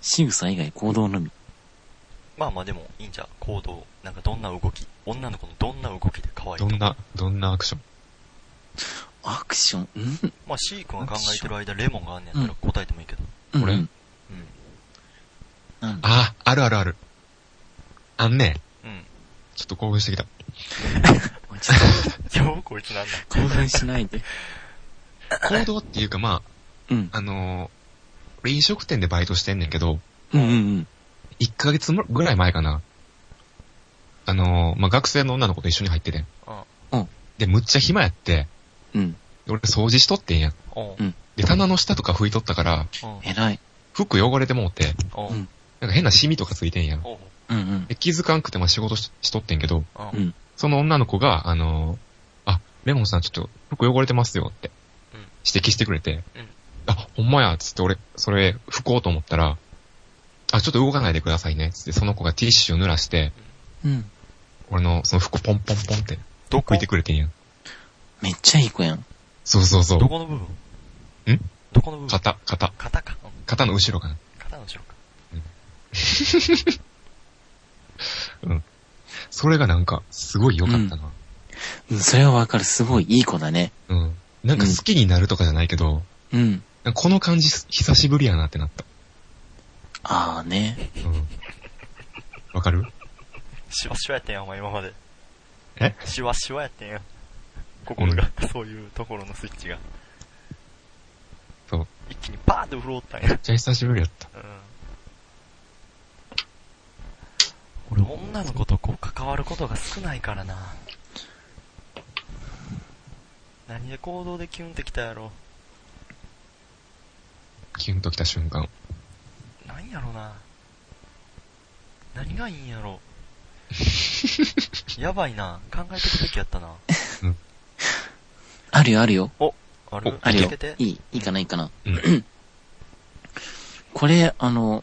C: 仕草以外行動のみ。
B: まあまあでも、いいんじゃう、行動。なんかどんな動き、女の子のどんな動きで可愛いと
A: ど
B: 思うん
A: な、どんなアクション
C: アクション、うん
B: まあ C 君が考えてる間、レモンがあんねやったら答えてもいいけど。
C: うん
A: これ
C: うん
B: うん。
C: なんだ
A: あ、あるあるある。あんね。
B: うん。
A: ちょっと興奮してきた。
C: ちょっ
B: よ うこいつなんだ。
C: と興奮しないで。
A: 行動っていうかま
C: うん
A: あ、。あのー、俺飲食店でバイトしてんねんけど、
C: うんうんうん。
A: 1ヶ月ぐらい前かな。あのー、まあ、学生の女の子と一緒に入っててん。
C: うん
A: で、むっちゃ暇やって、
C: うん。
A: 俺掃除しとってんやん。
B: おう
C: うん
A: で、棚の下とか拭いとったから、
B: おう
C: 偉い。
A: 服汚れてもうて、
B: おう
C: うん
A: なんか変なシミとかついてんやん。
B: おう
C: うんうん。
A: で気づかんくてまあ仕事ししとってんけど、
B: おう
C: うん
A: その女の子が、あのーあ、レモンさんちょっと服汚れてますよって
B: うん、
A: 指摘してくれて、
B: うん
A: あ、ほんまや、つって俺、それ、拭こうと思ったら、あ、ちょっと動かないでくださいね、つってその子がティッシュ濡らして、
C: うん。
A: 俺のその服ポンポンポンって
B: ど
A: 拭いてくれてんやん。
C: めっちゃいい子やん。
A: そうそうそ
B: ど
A: う。
B: この部分
A: ん
B: どこの部分
A: 肩、肩。
B: 肩か。うん
A: 肩の後ろかな。
B: 肩の後ろか。
A: それがなんか、すごい良かったな。
C: うん、それはわかる。すごいいい子だね。
A: うん。なんか好きになるとかじゃないけど、
C: うん。
A: なんかこの感じ久しぶりやなってなった。
C: ああね。
A: うん。わかる
B: シワシワやったんや、お前今まで。
A: え
B: シワシワやったんや。心が、そういうところのスイッチが。
A: そう。
B: 一気にバーンって潤ったんや。
A: めっちゃ久しぶりやった。
B: うん。俺、女の子とこう関わることが少ないからな。何で行動でキュンってきたやろ。
A: キュンと来た瞬間。
B: なんやろな。何がいいんや ろ。やばいな。考えてくべきやったな。
C: あるよ、あるよ。
B: ある
A: お
C: ある
B: 見
C: よ
B: つけて。。
C: いい、いいかな、いいかな。
A: うん。
C: これ、あの、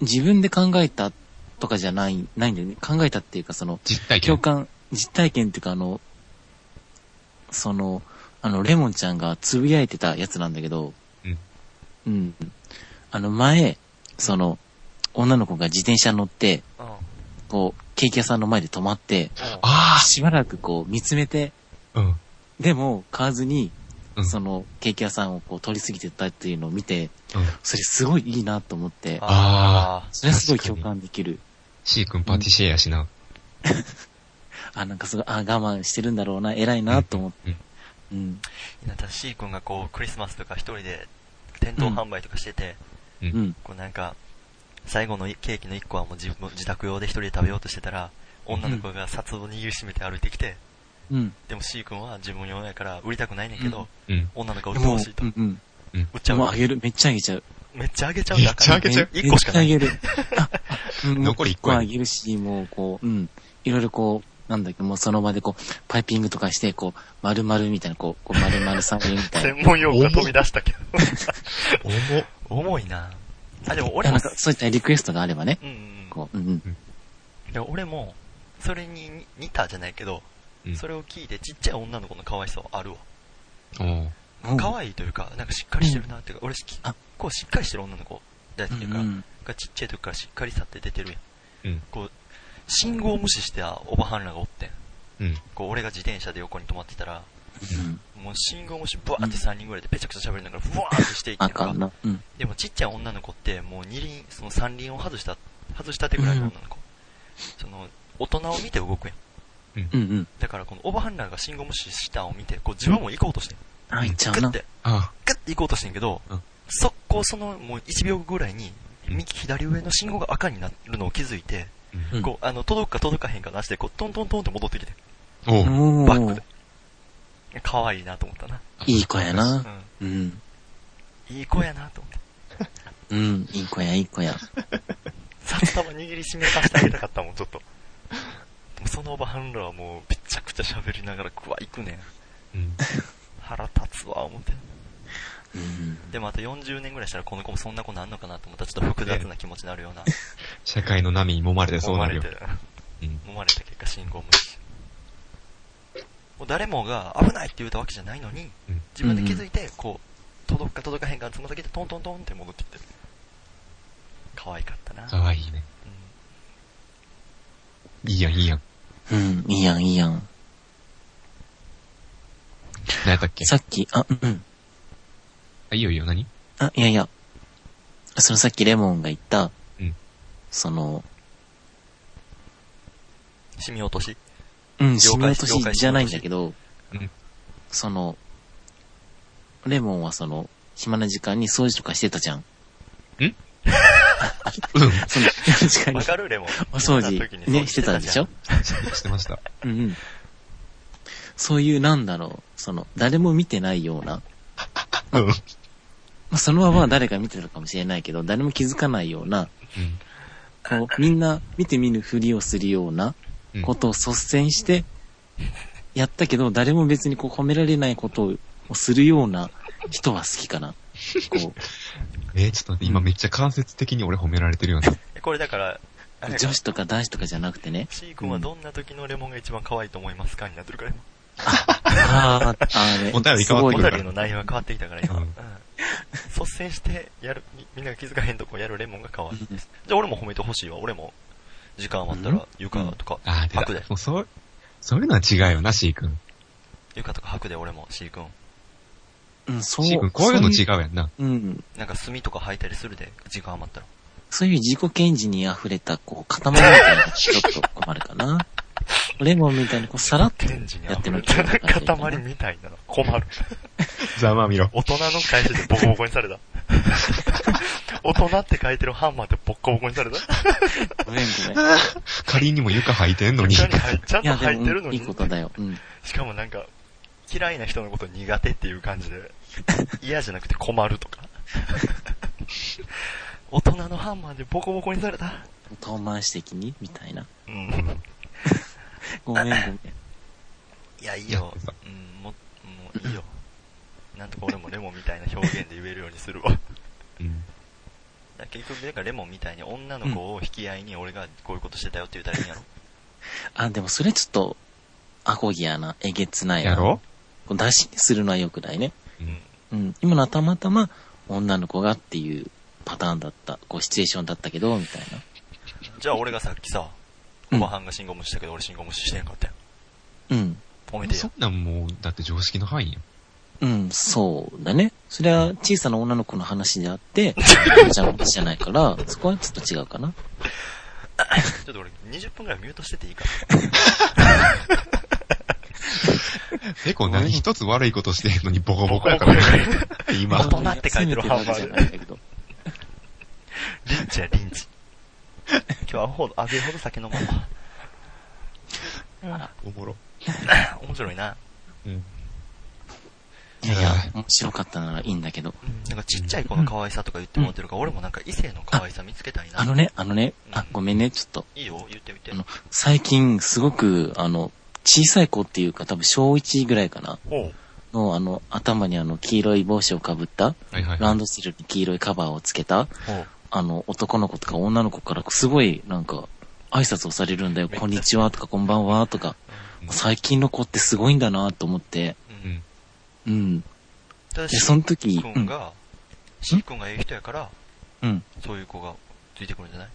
C: 自分で考えたとかじゃない、ないんだよね。考えたっていうか、その、
A: 実体
C: 共
A: 験。
C: 感、実体験っていうか、あの、その、あの、レモンちゃんがつぶやいてたやつなんだけど、
A: うん。
C: うん。あの、前、その、女の子が自転車乗って、
B: うん。うん
C: こう、ケーキ屋さんの前で止まって、
A: あ
C: しばらくこう、見つめて、
A: あうん。
C: でも、買わずに、
A: うん。
C: その、ケーキ屋さんをこう、通り過ぎてったっていうのを見て、
A: うん
C: それすごいいいなと思って、
B: あ
C: それはすごい共感できる。
A: C 君パティシエやしな。
C: あ、なんかすごい、あ、我慢してるんだろうな、偉いなと思って。
A: うん
C: うん。
B: ー。なんか C 君がこう、クリスマスとか一人で店頭販売とかしてて、
C: うん。
B: こうなんか、最後のいケーキの一個はもう自分自宅用で一人で食べようとしてたら、女の子が札を握りしめて歩いてきて、
C: うん。
B: でも C 君は自分用やから売りたくないねんけど、
A: うん。
B: 女の子は売
C: で
B: って
C: も
B: ほしいと。
C: う
B: 売
C: んうん。
B: っちゃう
C: もう
B: の
C: あ。げる。めっちゃあげちゃう。
B: めっちゃあげちゃう
A: め
B: ん
A: っ
B: だ
A: ちゃあ
B: ら。
A: げちゃう。
B: 一個しかない
C: めっちゃあげる。あ、あ
A: 残り一個や
C: あげるし、もうこう、うん。いろいろこう、なんだっけ、もうその場でこう、パイピングとかして、こう、丸々みたいな、こ う、こう丸々三人みたいな。
B: 専門用語が飛び出したけど。
A: 重っ。
B: 重いなあ、でも俺
C: な
B: も
C: ん、か、そういったリクエストがあればね、
B: うんうん
C: こう、うんうん。
B: うん。で俺も、それに似似たじゃないけど、
A: うん
B: それを聞いてちっちゃい女の子の可愛さはあるわ。
A: おー
C: うん
B: 可愛いというか、なんかしっかりしてるなっていうか、俺し、
C: あ
B: こうしっかりしてる女の子だっていうか、
C: うん
B: がちっちゃい時からしっかりさって出てるや
A: う
B: ん。
A: ん
B: こう、信号無視してあおばはんらがおってん。
A: うん。
B: こう、俺が自転車で横に止まってたら、
C: うん。
B: もう信号無視ブワーって3人ぐらいでぺちゃくちゃ喋りながら、ブワーってしていって
C: あ
B: んか
C: かんな。うん。
B: でもちっちゃい女の子って、もう二輪、その三輪を外した、外したてぐらいの女の子。その、大人を見て動くやん。
C: うんうん。
B: だからこのおばはんらが信号無視したんを見て、こう自分も行こうとしてん。
C: あ、いっちゃう
B: グッ
C: な
B: て。、
A: あ
B: グッて行こうとしてんけど、
A: うん
B: 速攻そのもう1秒ぐらいに、右左上の信号が赤になるのを気づいて、
A: あ。
C: うん
B: こう、あの、届くか届かへんかなしで、こう、トントントンって戻ってきて、
A: おう
C: も
B: バック
C: う
B: で、。可愛いなと思ったな。
C: いい子やな。
B: う
C: うん。
B: ん。いい子やなと思って。
C: うん。いい子や、いい子や。
B: 札束握りしめさせてあげたかったもん、ちょっと。でもそのおばはんらはもう、びっちゃくちゃ喋りながら、くわ、行くねん。
A: うん。
B: 腹立つわ、思って。
C: うん。
B: でもあと40年ぐらいしたら、この子もそんな子なんのかなと思ったら、ちょっと複雑な気持ちになるような。
A: 社会の波に揉まれてそう
B: 揉
A: な
B: ま
A: る
B: れ
A: よ
B: て。、
A: うん。
B: 揉まれた結果、信号無視。もう誰もが危ないって言うたわけじゃないのに、
A: うん
B: 自分で気づいて、こう、届くか届かへんかのつま先でトントントンって戻ってきてる。可愛かったな。
A: かわいいね。
B: う
A: いいやん、いいやん。
C: うん。いいやん、いいやん。
A: 何やったっけ
C: さっき、あ、うん。
A: あ、いいよいいよ、何
C: あ、いやいや。そのさっきレモンが言った、
A: うん
C: その、
B: ん染み落とし。
C: うん、
B: 了
C: 死ぬ
B: 解
C: 年じゃないんだけど、
A: うん
C: その、レモンはその、暇な時間に掃除とかしてたじゃん。
A: うん。
C: その、暇な時間に
B: わかるレモン。
C: お掃
B: 飲んだ時
C: 除、
B: に
C: ね、してたでしょ
A: してました。
C: うんうん。そういう、なんだろう、その、誰も見てないような、
A: うん。うん。
C: まあ、そのまま誰か見てるかもしれないけど、誰も気づかないような、こう、みんな見て見ぬふりをするような
A: うん
C: ことを率先して、やったけど、誰も別にこう褒められないことをするような人は好きかな。こ
A: えー、ちょっと待って、今めっちゃ間接的に俺褒められてるよね。
B: えこれだから、あれ
C: う、女子とか男子とかじゃなくてね。
B: C 君はどんな時のレモンが一番可愛いと思いますかになってるから、今
C: あーあれ、
A: お便り
C: す
A: 変わ
C: ご
A: っ
B: お
C: い
A: てく
C: よ
A: る
B: 便りの内容が変わってきたから今。
A: う
B: うんん。率先してやる、みみんなが気づかへんとこやるレモンが可愛いです。じゃあ俺も褒めてほしいわ。俺も、時間余った
C: うん
B: ら床とか、
A: あー、出た。
B: 白で
A: もうそう、そういうのは違うよな、C 君。
B: 床とか白で俺も C 君。
C: うん、そ
A: C
C: う。
A: 君、こういうの違
C: う。
A: うやんな。
C: うん。
B: なんか炭とか履いたりするで、時間余ったら。
C: そういう自己顕示に溢れた、こう、塊みたいなのがちょっと困るか な。レモンみたいに、こう、さらっと
B: ケンジに
C: やって
B: 溢れ
C: みて
B: た
C: もらったらいいか な
B: 塊みたいなの。困る。
A: ざまあ見ろ。
B: 大人の会社でボコボコにされた。大人って書いてるハンマーってボッコボコにされた。
C: ごめんごめん。
A: 仮にも床履いてんのに。
B: 床に入っちゃん
C: い
B: と
C: や、
B: 入って
C: で
B: る
C: も、
B: の
C: い
B: に
C: い。ことだよ。うん。
B: しかもなんか、嫌いな人のこと苦手っていう感じで、嫌じゃなくて困ると か。大人のハンマーでボコボコにされた。
C: 遠回し的にみたいな。
B: うん。
C: ごめんごめん。
B: いや、いいよ。うん、も、もういいよ。なんとか俺もレモンみたいな表現で言えるようにする わ。
A: うん
B: だから結局、なんかレモンみたいに女の子を引き合いに俺がこういうことしてたよって言ったらいいんやろ。
C: あ、でもそれちょっと、アコギやな、えげつないな。
A: やろ
C: こう出しにするのは良くないね。
A: うん
C: うん。今のはたまたま、女の子がっていうパターンだった。こう、シチュエーションだったけど、みたいな。
B: じゃあ俺がさっきさ、
C: う
B: お
C: ん
B: ばはんが信号無視したけど俺信号無視してへんかったよ。
C: うん。
B: 褒めて
A: そ
B: よ
A: ん。なんもう、だって常識の範囲やん。
C: うん、そうだね。それは小さな女の子の話であって、じゃじゃないから、 そこはちょっと違うか
B: ち
C: な。
B: ょっと俺20分くらいミュートしてていいか
A: ペコ何一つ悪いことしてんのにボコボコやか
B: ボ
A: ら
B: コボ。
A: 今
B: 大。人って書いてるハンバーグ
C: 責めてるわけじゃないんだけど。
B: リンチやリンチ。今日はアホほど、あげほど酒飲もう。
A: おもろ。
B: 面白いな。
A: うん。
C: いやいや、面白かったならいいんだけど。
B: なんかちっちゃい子の可愛さとか言ってもらってるから、俺もなんか異性の可愛さ見つけたい
C: あの
B: な。
C: ね、あのね、
B: うん
C: あ、ごめんね、ちょっと。
B: いいよ、言ってみて
C: あ。の、最近、すごく、あの、小さい子っていうか、多分小1ぐらいかな。
B: ほう。
C: の、あの、頭にあの、黄色い帽子をかぶった、
A: はいはい
C: ラ
A: は
C: ンドセルに黄色いカバーをつけた、
B: ほう。
C: あの、男の子とか女の子から、すごい、なんか、挨拶をされるんだよ。
B: めっちゃ
C: こんにちはとか、こんばんはとか。
A: うん
C: 最近の子ってすごいんだなと思って。
A: い。う
B: うんん。。
C: うん。
B: ただ
C: で、その
B: し、
C: 時、う
B: 君
C: ん。
B: が、しーくんがいい人やから、
C: うん。
B: そういう子がついてくるんじゃない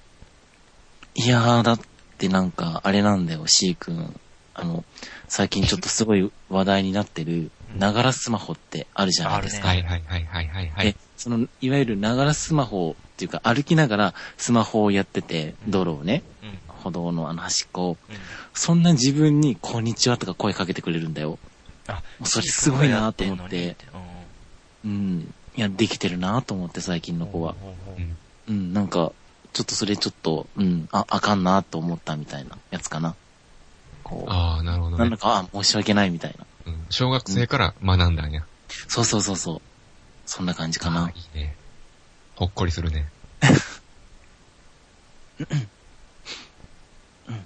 C: いやー、だってなんか、あれなんだよ、C 君。あの、最近ちょっとすごい話題になってる、
B: うん
C: ながらスマホってあるじゃないですか。
A: はいはいはいはいはいは
C: で
A: い。、
C: その、いわゆるながらスマホっていうか、歩きながらスマホをやってて、道路をね、
B: うん。
C: 歩道のあの端っこを、
B: うん。
C: そんな自分に、こんにちはとか声かけてくれるんだよ。
B: あ、
C: もうそれすごいなと
B: いい子や
C: 思って、
B: んのにって。
C: うん。いや、できてるなと思って、最近
B: うん。
C: の子は。
B: ほうほうほ
A: う。
B: うん
C: うん、なんか、ちょっとそれちょっと、うん、あ、あかんなと思ったみたいなやつかな。こう。
A: ああ、なるほど
C: なん
A: ね
C: だ。か、あ、申し訳ないみたいな。
A: うん小学生から学んだんや。
C: そうそうそうそう。そんな感じかな
A: あ。ーいいね。ほっこりするね。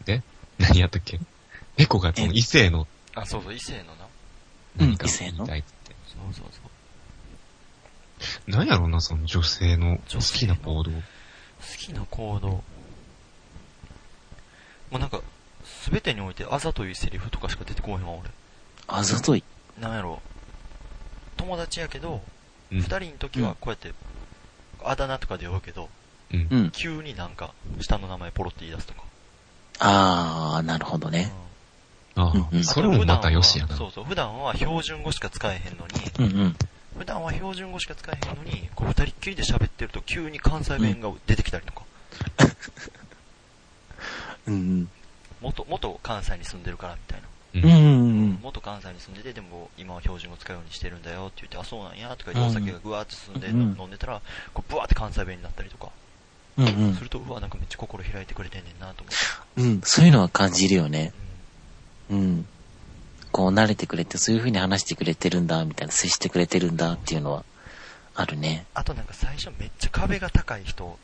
A: で何やったっけペコがその異性の
B: あ、そうそう、異性のな。
A: 何かを
C: うん異性
A: 言い
C: の
A: たいっつって。
B: そうそうそう。
A: 何やろうな、その女性の好きな行動。
B: 好きな行動。もうなんか、すべてにおいてあざというセリフとかしか出てこへんわ、俺。
C: あざとい。
B: なんやろ。友達やけど、
A: う
B: 二、
A: ん。
B: 人の時はこうやって、あだ名とかで呼ぶけど、
A: うん
C: う。ん。
B: 急になんか、下の名前ポロって言い出すとか。
C: あー、なるほどね。
A: あ
C: うんう
A: あ、
C: ん
A: それもまたよしや
B: あ
A: な
B: と普段は。そうそう、普段は標準語しか使えへんのに、
C: うんうん。
B: 普段は標準語しか使えへんのに、こう二人っきりで喋ってると急に関西弁が出てきたりとか。
C: うん
B: 元、元関西に住んでるからみたいな。
C: うん。うんうん
B: 元関西に住んでて、でも今は標準語使うようにしてるんだよって言って、あ、そうなんやとか言ってお酒がぐわーって進んで、
C: うん
B: 飲んでたら、こう、ぶわーって関西弁になったりとか、
C: うん。うんうん
B: すると、うわ、なんかめっちゃ心開いてくれてんねんなと思って。
C: うん。そういうのは感じるよね。
B: う
C: うん。こう慣れてくれて、そういう風に話してくれてるんだ、みたいな、接してくれてるんだっていうのは、あるね。
B: んあとなんか最初めっちゃ壁が高い人、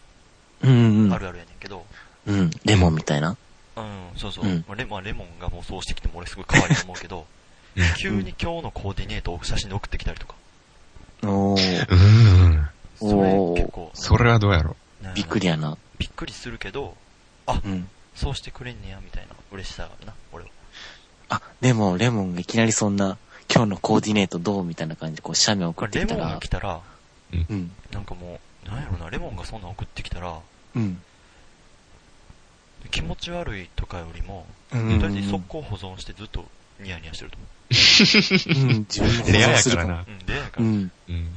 C: うんう
B: あ
C: ん。
B: るあるやねんけど、
C: うん。レモンみたいな。
B: うん、そうそう。
C: うん
B: まあレまあレモンがもうそうしてきても俺すごい可愛いと思うけ ど、急に今日のコーディネートを写真で送ってきたりとか。
C: おー。
A: うんうん。
B: それ
C: お
B: 結
C: ー。
B: 構、
A: それはどうやろ
B: なんやろ
C: びっくりやな。
B: びっくりするけど、
C: うん。
B: そうしてくれんねや、みたいな嬉しさがあるな、俺は。
C: あ、でも、レモンがいきなりそんな、今日のコーディネートどうみたいな感じで、こう、写メ送
B: こ
C: って
B: れ
C: き
B: レ
C: た
B: モンが
C: ら
B: 来、たら、
C: うん、
B: なんかもう、なんやろな、レモンがそんなん送ってきたら、
C: うん。
B: 気持ち悪いとかよりも、
C: うん
B: とりあえず速攻保存してずっとニヤニヤしてると思
C: うん、自分で
A: レア
C: 保存
A: や
C: す
A: か
C: る
A: ら
C: も。
A: な。
B: う。うん、で、なんか
C: う、ん。
A: うん。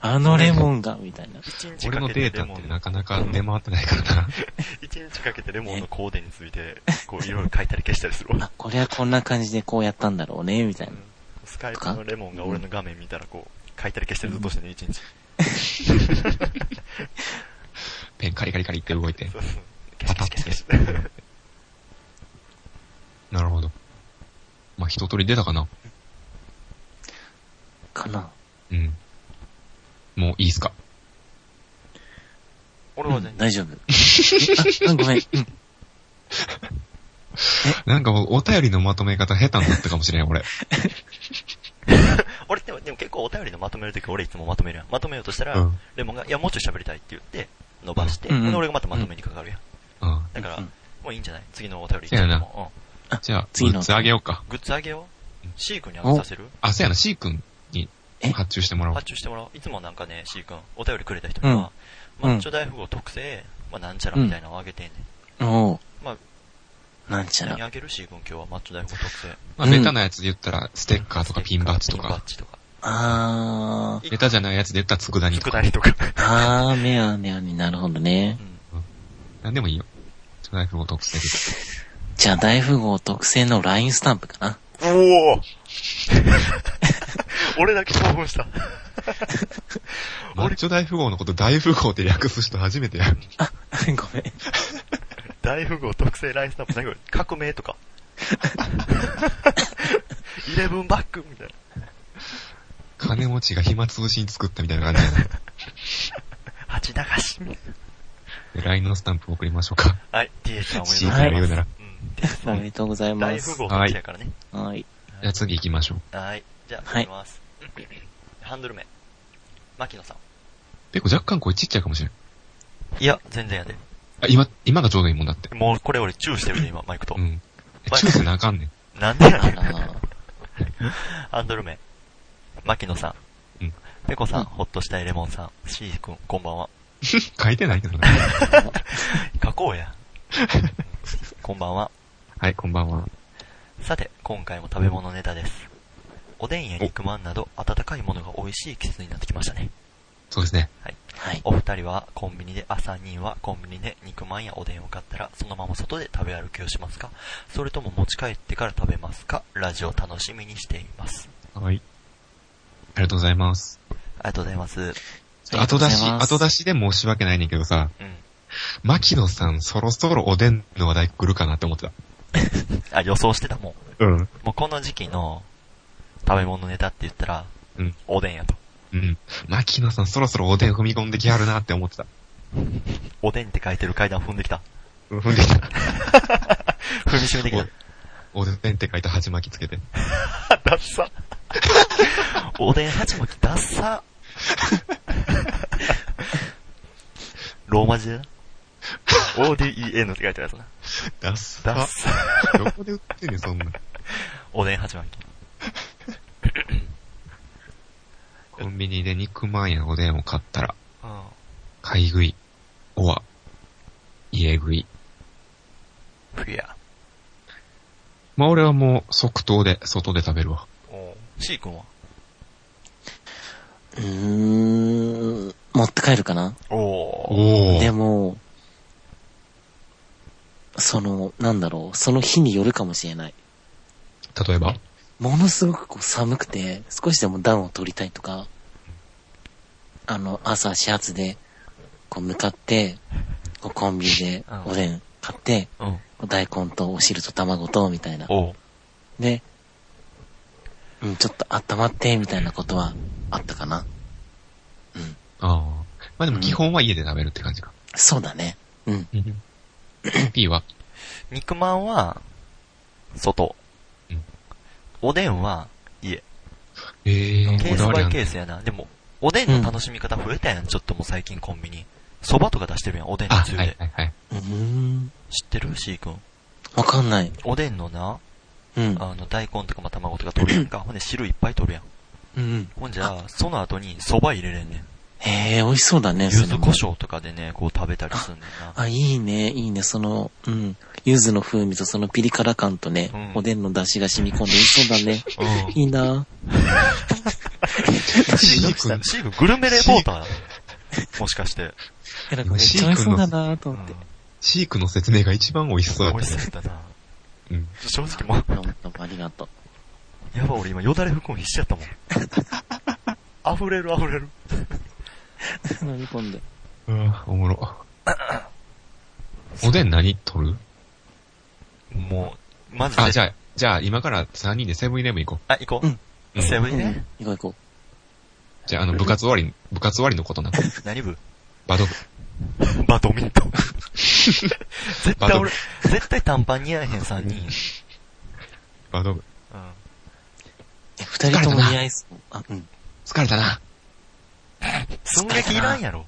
C: あのレモンが、みたいな。
B: 一日
A: 俺
B: か
A: の
B: け
A: デ
B: て
A: ータ
B: レ
A: っ
B: モン
A: て
B: の
A: な、かなか出回ってないからな。
B: 一日かけてレモンのコーデについて、こう、いろいろ書いたり消したりするわ。
C: あ、これはこんな感じでこうやったんだろうね、みたいな。
B: スカイプのレモンが俺の画面見たら、こう、書いたり消したりずっとしてね、一日。
A: ペンカリカリカリって動いて。
B: そうそう。消し消し消し消し。
A: なるほど。まあ、一通り出たかな。
C: かな。
A: うん。もういいっすか。
B: 俺は
C: う
B: ね
C: ん、大丈夫。あ、あごめん。うん
A: なんかもうお便りのまとめ方下手になったかもしれん、俺。
B: 俺でもでも結構お便りのまとめるとき俺いつもまとめるやん。まとめようとしたら、
A: うん。
B: レモンが、いや、もうちょい喋りたいって言って、伸ばして、
C: うんうん
B: ほんで俺がまたまとめにかかるやん。
A: うん。
B: だから、
C: うん
B: もういいんじゃない次のお便り
A: そうやな
B: も
A: じゃあ、
C: 次の
A: グッズあげようか。
B: う、うん。グッズあげよう。シー君にあ
C: お
B: げさせる
A: あ、そうやな、C 君に
C: え
A: 発注してもらおう
B: 発。注してもらおう。いつもなんかね、シー君、お便りくれた人には、
C: うん
B: マッチョ大富豪特製、まあなんちゃらみたいなのをあげてんねん。
C: おう
B: まあ、
C: なんちゃ
B: 何
C: ら。
B: あげるシー君今日はマッチョ大富豪特製。
A: まあ、
C: うん
A: ベタなやつで言ったら、ステッカーとかピンバッジと
B: ピンバッ
A: か。
B: ジとか。
C: あー。
A: ベタじゃないやつで言ったら、つくだ煮と
B: く
A: か。
B: だりとか。
C: あー、メアメアになるほどね
B: う。ん。
A: なんでもいいよ。ちょナイフごと捨てる。
C: じゃあ大富豪特製のラインスタンプかな。
B: おお 俺だけ興奮した。
A: マッチョ大富豪のこと大富豪って略す人初めてや。
C: ごめん。
B: 大富豪特製ラインスタンプ、何これ革命と か。 イレブンバックみたいな。
A: 金持ちが暇つぶしに作ったみたいな感じやな。
B: 八流しみたい
A: で LINE のスタンプ送りましょうか。
B: な。はい、DH さんおめで
A: C
B: とう
A: 君が
B: ござい
A: 言
B: ま
A: うな
B: す。
A: ら。
B: うん、DH さ
C: おめ
B: ん
C: でとうございま
B: 大
C: す
B: 富。豪特製やからね。
C: はい。
A: じゃあ次行きましょう。
B: はい。じゃあ、行きます。ハンドル名。牧野さん。
A: ペコ若干声ちっちゃいかもしれん。
B: いや、全然やで。
A: あ、今、今がちょうどいいもんだって。
B: もうこれ俺チューしてるで、今、マイクと
A: う。ん。えチューせなあかんねん。
B: なんでや
C: あ
B: ねん。
C: ら
B: ハンドル名。牧野さん。
A: うん
B: ペコさ
C: うん
B: ん、ほっとしたいレモンさん。シー君、こんばんは。
A: 書いてないけどね。
B: 書こ うや。こんばんは。
A: はい、こんばんは。
B: さて、今回も食べ物ネタです。おでんや肉まんなど、温かいものが美味しい季節になってきましたね。
A: そうですね。
C: はい。
B: お二人はコンビニで、あ、三人はコンビニで肉まんやおでんを買ったら、そのまま外で食べ歩きをしますかそれとも持ち帰ってから食べますかラジオ楽しみにしています。
A: はい。ありがとうございます。
B: ありがとうございます。
C: ありが
A: 後
C: とうご
A: 出
C: ざい
A: し、
C: ます
A: 後出しで申し訳ないねんけどさ、
B: うん。
A: 牧野さんそろそろおでんの話題来るかなって思って
B: あ、予想してたもん。
A: た。うん。
B: もうこの時期の食べ物ネタって言ったら、
A: うん
B: おでんやと。
A: うん。牧野さんそろそろおでん踏み込んできはるなって思ってた。
B: おでんって書いてる階段踏んできた。
A: うん踏んできた。
B: 踏みしめ てきた。
A: おでんって書いて鉢巻きつけて。
B: ダッサ。 おでん鉢巻きダッ サ。ローマ 字でな ?ODEN って書いてあるやつな。
A: ダッサ。
B: ダッサ。
A: どこで売ってんねん、そんなん。
B: おでん鉢巻き。
A: コンビニで肉まんやおでんを買ったら、
B: うん。
A: 買い食い、おわ、家食い。
B: フィア。
A: まあ俺はもう即答で外で食べるわ。
B: おう C 君は
C: うーん。持って帰るかな
B: おー
A: お
C: で
A: ー。
C: も、その、なんだろう、その日によるかもしれない。
A: 例えば
C: ものすごくこう寒くて、少しでも暖を取りたいとか、あの、朝始発で、こう向かって、こうコンビニで
B: うん
C: おでん買って、
B: うん。
C: こう大根とお汁と卵と、みたいな。
B: おう
C: で、うん、ちょっと温まって、みたいなことはあったかな。
A: ああ。まあでも基本は家で食べるって感じか。
C: そうだね。うん。
A: P は
B: 肉まんは、外
A: うん。
B: おでんは、家。
A: ええ
B: ケ
A: こ
B: ース
A: だわ
B: バ
A: り
B: イ
A: あん
B: ケースやな。でも、おでんの楽しみ方増えたやん、ちょっともう最近コンビニ。蕎麦とか出してるやん、おでんの
A: あ、
B: つゆ
A: はい
B: で。
A: はいはい。
C: うーん。
B: 知ってる ?C 君。
C: わかんない。
B: おでんのな、
C: うん。
B: あの、大根とかまあ卵とか取るやんか。ほんで汁いっぱい取るやん。
C: うん。
B: ほんじゃ、その後に蕎麦入れれんねん。
C: へえ、美味しそうだね、
B: 柚子
C: それも
B: 胡椒とかでね、こう食べたりすんねん な。
C: あ、いいね、いいね、その、うん。柚子の風味とそのピリ辛感とね、
B: うん
C: おでんの出汁が染み込んで美味しそうだ ね。
B: うん。
C: いいな
A: シ
C: どう
A: ー
C: したい
A: 君、
B: シークグルメレポーターもしかして。
C: やなんかめっちゃ美味しそうだなと
B: う
C: 思って
B: ん。
A: シー君の説明が一番美味しそうだ
B: 美
A: っ
B: 味
A: た
B: し
A: ね。
B: そうだな。
A: うん。
B: 正直も
C: どうもどうもありがとう。
B: う、やばい俺今よだれ含む必死やったもん。溢れる溢れる。
C: 飲み込んで。
A: うん、おもろ。おでん何取る
B: もう、まず、
A: あ、じゃあ、じゃあ今から3人でセブンイレブン行こ
B: あ、行こう。
A: う。うん
B: セブン
C: う
B: イレブン
C: ん。行こう行こ
A: じゃあ、あの、部活終わり、部活終わりのことな。
B: 何部
A: バド部。
B: バドミントン。絶対
A: バド
B: 俺、絶対短パン似合えへん3人。
A: バド部。
B: うん。
C: う。え二人とも似合いそう。あ、うん。
A: 疲れたな。
B: 寸劇いらんやろ。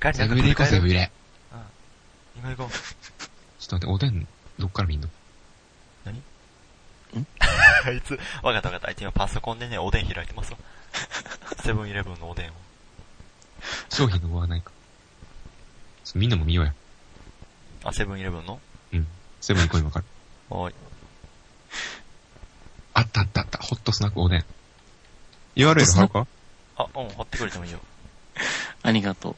B: ガリ
A: セ
B: なんか
A: ブン入れ行こう、セブン
B: る
A: 入れ。
B: 今行こ
A: ちょっと待って、おでん、どっから見んの
B: う。あいつ、わかったわかった。あいつ今パソコンでね、おでん開いてますわ。セブンイレブンのおでんを。
A: 商品の具はないか。ちょっとみんなも見ようや。
B: あ、セブンイレブンの
A: うん。セブン行こう、今から。
B: おい。
A: あったあったあった。ホットスナックおでん。URL 貼ろうか
B: あ、うん、貼ってくれてもいいよ。
C: ありがとう。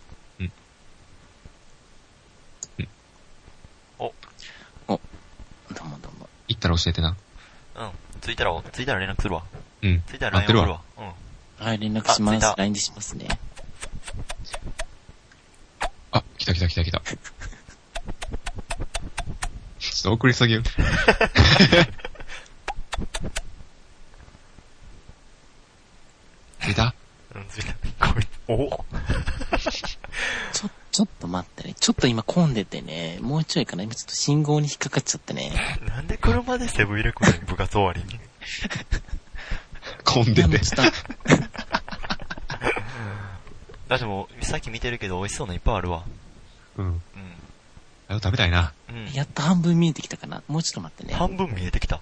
B: お、
C: どうもどうも。
A: 行ったら教えてな。
B: うん。着いたら、着いたら連絡するわ。
A: うん。
B: 着いたら
A: 合ってる
B: LINE 送る
A: わ。
B: わ。うん。
C: はい、連絡しま
B: あ着い
C: す
B: た。
C: LINE でしますね。
A: あ、来た来た来た来た。ちょっと送りすぎる。 見た
B: うん、着いた。こいつ、お
C: ちょ、ちょっと待ってね。ちょっと今混んでてね。もうちょいかな。今ちょっと信号に引っかかっちゃってね。
B: なんで車でセブンイレブンに部活終わりに。
A: 混んで
C: いやも
A: て
C: う。ちょっ
B: だってもう、さっき見てるけど美味しそうないっぱいあるわ。
A: うん。
B: う
A: あれ食べたいな。
B: ん。うん
C: と。やっと半分見えてきたかな。もうちょっと待ってね。
B: 半分見えてきた。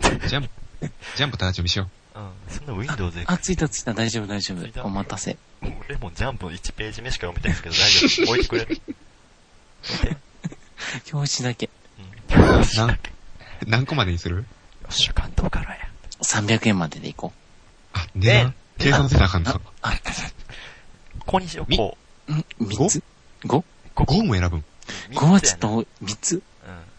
A: ジャンプ、ジャンプただち見しよ
B: うん。そんな Windows で、
C: あ、着いた着いた。大丈夫大丈
B: 着いた
C: 夫。お待たせ。
B: 俺もジャンプの1ページ目しか読めてないんですけど大丈夫。置いてくれる。置いて。
C: 表紙だけ。
B: うん。
A: う。なん、何個までにする
B: 主観とからや。
C: 300円まででいこ
A: あ、値段計算せなあかんの。
B: ここにしよう、
A: み
B: こ
C: う。ん ?3 つ ?5?5
B: う。ここ
A: 5も選ぶん。
B: 三つやな
C: はちょっと多い。3つ
B: う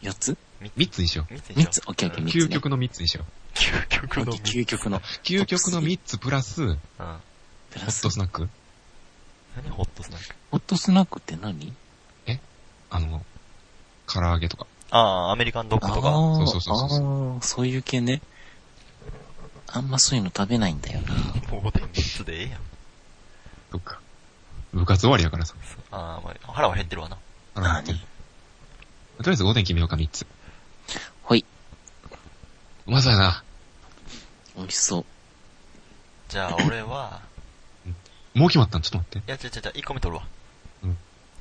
C: ?4 つ
B: ん。
A: 3つにしよ
B: 三つにし
C: 三
B: よ
C: つオッケーオッケー
A: う。
C: 三つ、ね。
A: 究極の3つにしよ
B: 究極の三つ
C: 究極の。
A: う。究極の3つプラス、ホ
B: うん。
C: プラ
A: ッ
C: ス
A: ト、スナック
B: 何ホットスナック
C: ホットスナックって何
A: あの、唐揚げとか。
B: ああ、アメリカンドッグとか。
C: あー
A: そうそうそうそ
C: あーそういう系ね。あんまそういうの食べないんだよな。
B: もうおでん3つでええやん。
A: そっか。部活終わりやからさ。
B: ああ、まあ、腹は減ってるわな。
A: あらとりあえず5点決めようか、3つ。
C: ほい。
A: うまそうやな。
C: 美味しそう。
B: じゃあ、俺は、
A: もう決まったんちょっと待って。
B: いや、ちょちょちょ、1個目取るわ。
A: うん。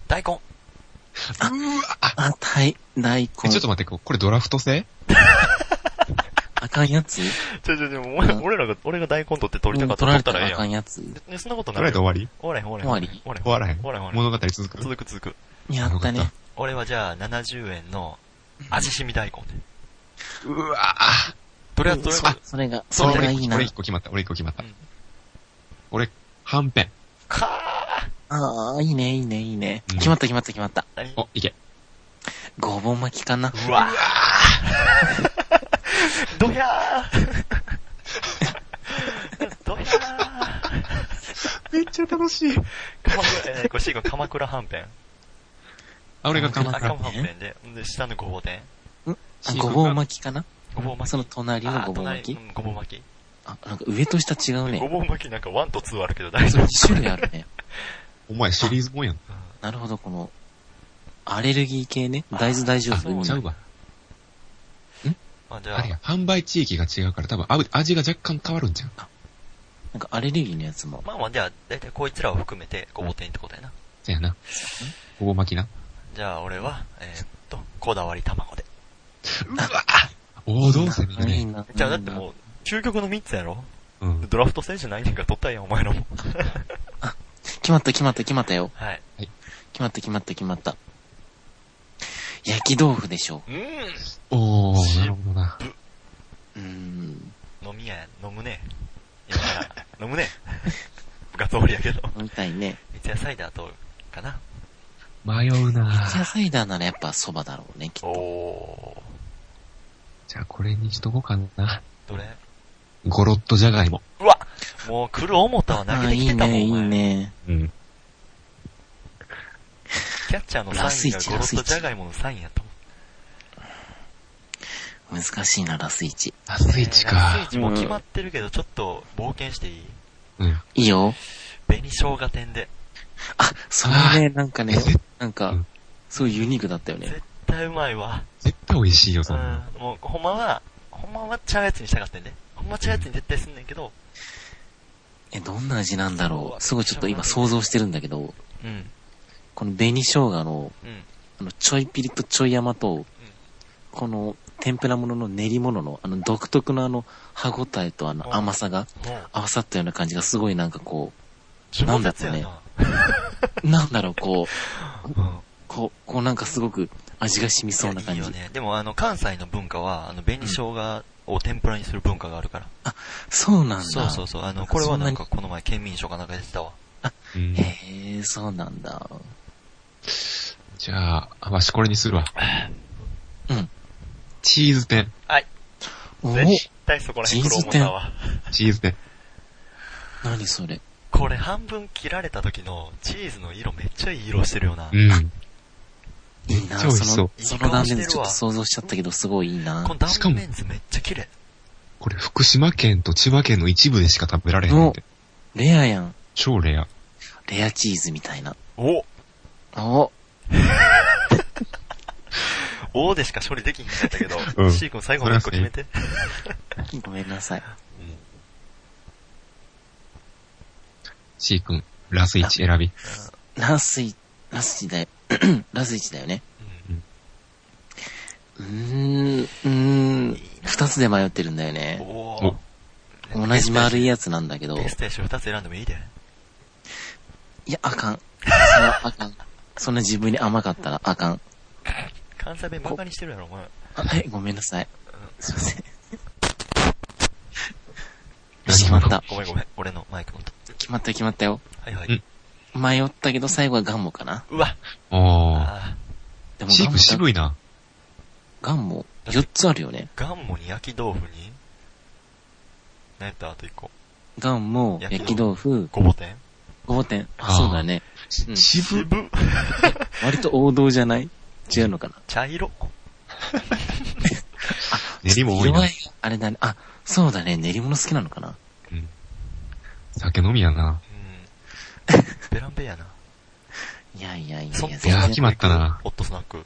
B: 大根
A: うーわあ
C: あ、たい、大
A: え
C: 根。
A: ちょっと待って、これドラフト制
C: あかんやつ
B: ちょちょちょ、もう
C: うん
B: 俺らが、俺が大根取って取りたかった
C: 取
B: ら
C: ら
B: 取ったら
C: れた
B: え
C: ら
B: えや
C: あか
B: ん。
C: んやつ。
B: ねそんなこと
A: 取
B: な
A: ら
B: い。
A: れて終わり
B: 終わらへん、終わらへん。終わらへん。
C: 終わ
A: 終わらへん。
B: 終わらへん、終わらへん。
A: 物語続く
B: 続く続く。
C: やったね
A: よかっ。
B: 俺はじゃあ、70円の、味しみ大根で。
A: うわあ
B: とりあえず、とりあえず、
C: それが、
A: それ
C: それが
A: 俺
C: いい
A: 一個俺。一個
C: な
A: 決まった、俺一個決まった
B: うん。
A: 俺、はんぺん。
B: かー
C: ああ、いいね、いいね、いいね。
A: うん
C: 決まった決まった決まった。
B: 何
A: お、いけ。
C: ごぼう巻きかな。
B: うわ ーどやーどやー
A: めっちゃ楽しい。
B: 鎌倉、えーこれシー君鎌倉はんぺん。
A: あ、俺が鎌
B: あ、鎌
A: 倉。
B: 倉はんぺんで、で、下のごぼう天。
C: あごぼう巻きかな
B: ごぼう巻き。
C: その隣の
B: あ
C: ごぼう巻き
B: 隣うんごぼう巻き。
C: あ、なんか上と下違う
B: ご
C: ね。
B: ぼう巻きなんか1と2あるけど大
C: そ
B: 丈
C: れ
B: 夫。
C: 2種類あるね。
A: お前シリーズもんやん。
C: なるほど、この、アレルギー系ね。大豆大丈夫
B: あ
A: ちゃうわ。
B: まあじゃ
A: あれ
B: あ、
A: や、販売地域が違うから多分あ味が若干変わるんじゃん。
C: なんかアレルギーのやつも。
B: まあまあじゃあ、だいたいこいつらを含めてごぼう天ってことやな。
A: せやな。ごぼう巻きな。
B: じゃあ俺は、えーっと、こだわり卵で。
A: うわ王道攻めるね。
C: な
B: じゃあだってもう、究極の3つやろ
A: うん。
B: ドラフト選手ないねんから取ったんや、お前のも。
C: 決まった決まった決まったよ。
B: はい。
C: 決まった決まった決まった。焼き豆腐でしょ。
B: うん。
A: おー、なるほどな。
C: うーん。
B: 飲み屋や、飲むね。今から、飲 むね。部活終わりやけど。
C: 飲みたいね。
B: 三野菜だと、かな。
A: 迷うな
C: 野菜だならやっぱ蕎麦だろうね、きっ
B: お
C: と。
B: お。
A: じゃあこれにしとこうかな。
B: どれ
A: ゴロッとじゃがいも。
B: うわもう来る思ったわ投
C: あ
B: げ
C: あ、
B: て
C: い
B: き
C: い
B: てたもん、
C: ね、いい
B: お前
C: ね。
A: うん。
B: キャッチャーの
C: ラス
B: サイン
C: イ
B: が
C: チ
B: ゴロ
C: ラス
B: ッ
C: イ
B: と
C: チ
B: ジャガイモのサインやと思
C: 難しいな、ラスイチ。
A: ラ
B: う。
A: スイチ
B: ラスイ
A: か。
B: チもう決まってるけど、ちょっと冒険していい
A: うん。
C: いいよ。
B: 紅生姜店で。
C: あ、それね、なんかね
A: えぜ、
C: なん
A: う
C: か
A: ん、
C: すごいユニークだったよね。
B: 絶対うまいわ。
A: 絶対美味しいよ、そんな
B: うん。もう、ほんまは、ほんまはちゃうやつにしたかったんで。ほんまはちゃうやつに絶対すんねんけど、
C: え、どんな味なんだろう。すごいちょっと今想像してるんだけど、
B: うん。
C: この紅生姜の、
B: うん。
C: あの、ちょいピリとちょい甘と、この、天ぷらものの練り物の、あの、独特のあの、歯ごたえとあの、甘さが
B: もう、
C: 合わさったような感じがすごいなんかこ
B: 上手や
C: なんだ
B: な。
C: う、なんだろう、こう、
A: うん。
C: こう、こうなんかすごく味が染みそうな感
B: い
C: じ。
B: やいいよね。でも、あの、関西の文化は、あの、紅生姜を天ぷらにする文化があるから。
C: そうなんだ。
B: そうそうそう。あ
C: な
B: の、
C: んか
B: これはなん
C: そ
B: か、この前、県民賞かなんか出てたわ。
A: うん
C: へえ、そうなんだ。
A: じゃあ、あわしこれにするわ。
C: うん。
A: チーズ店。
C: お
B: 絶対そこら辺黒思ったわ。
A: チーズ店。
C: 何それ。
B: これ半分切られた時のチーズの色めっちゃいい色してるよな。
A: うん。
C: いいな、
A: めっちゃ美味し
C: そ
A: そう
C: の、その断面図ちょっと想像しちゃったけど、すごいいいな
B: こ。の断面図めっちゃ綺麗。
A: これ福島県と千葉県の一部でしか食べられへんって。
C: レアやん。
A: 超レア。
C: レアチーズみたいな。
B: お
C: お
B: おでしか処理できひんかったけど、
A: うん
B: シー君最後の一個決めて。
C: ごめんなさい。
A: C 君、ラスイチ選び。
C: ラスイ、ラスイだよ。 ラスイチだよね。うーん、うーん、二つで迷ってるんだよ
B: うん
C: ね。
B: お
A: お
C: 同じ丸い
B: や
C: やつなんだけど、
B: ベストやし2つ選んでもいいで。
C: いや、あかん。それはあかん。そんな自分に甘かったらあかん。
B: 関西弁バカにしてるやろ、お前。
C: あはい、ごめんなさい。すいません。
A: 何
C: 決
A: 今
C: ま
A: の
C: った。
B: ごめんごめん。俺のマイクの音。
C: 決まった決まったよ。
B: はいは
A: う
B: い
A: ん。
C: 迷ったけど最後はガンモかな。
B: うわ
A: おー。
B: あ
C: でも
A: シ
C: ガ
A: ー
C: ン
A: 君
C: モ
A: 渋いな。
C: ガンモ、4つあるよね。
B: ーガンモに焼き豆腐に何やったあと1個。
C: ガンモ、
B: 焼
C: 焼
B: き
C: き豆腐、
B: ごぼ天
C: ごぼ天。
A: あー
C: そうだね。うん
A: 渋
B: ぶ
C: 割と王道じゃない違うのかな。
B: 茶色
A: 練りも多いな
C: 弱。い。あれだね。あ、そうだね。練り物好きなのかな。
A: うん酒飲みやな。
B: うん。ベランベやな。
C: いやいやいや
B: そっ
C: や。
B: と
A: いや決まったな
B: ホットスナック。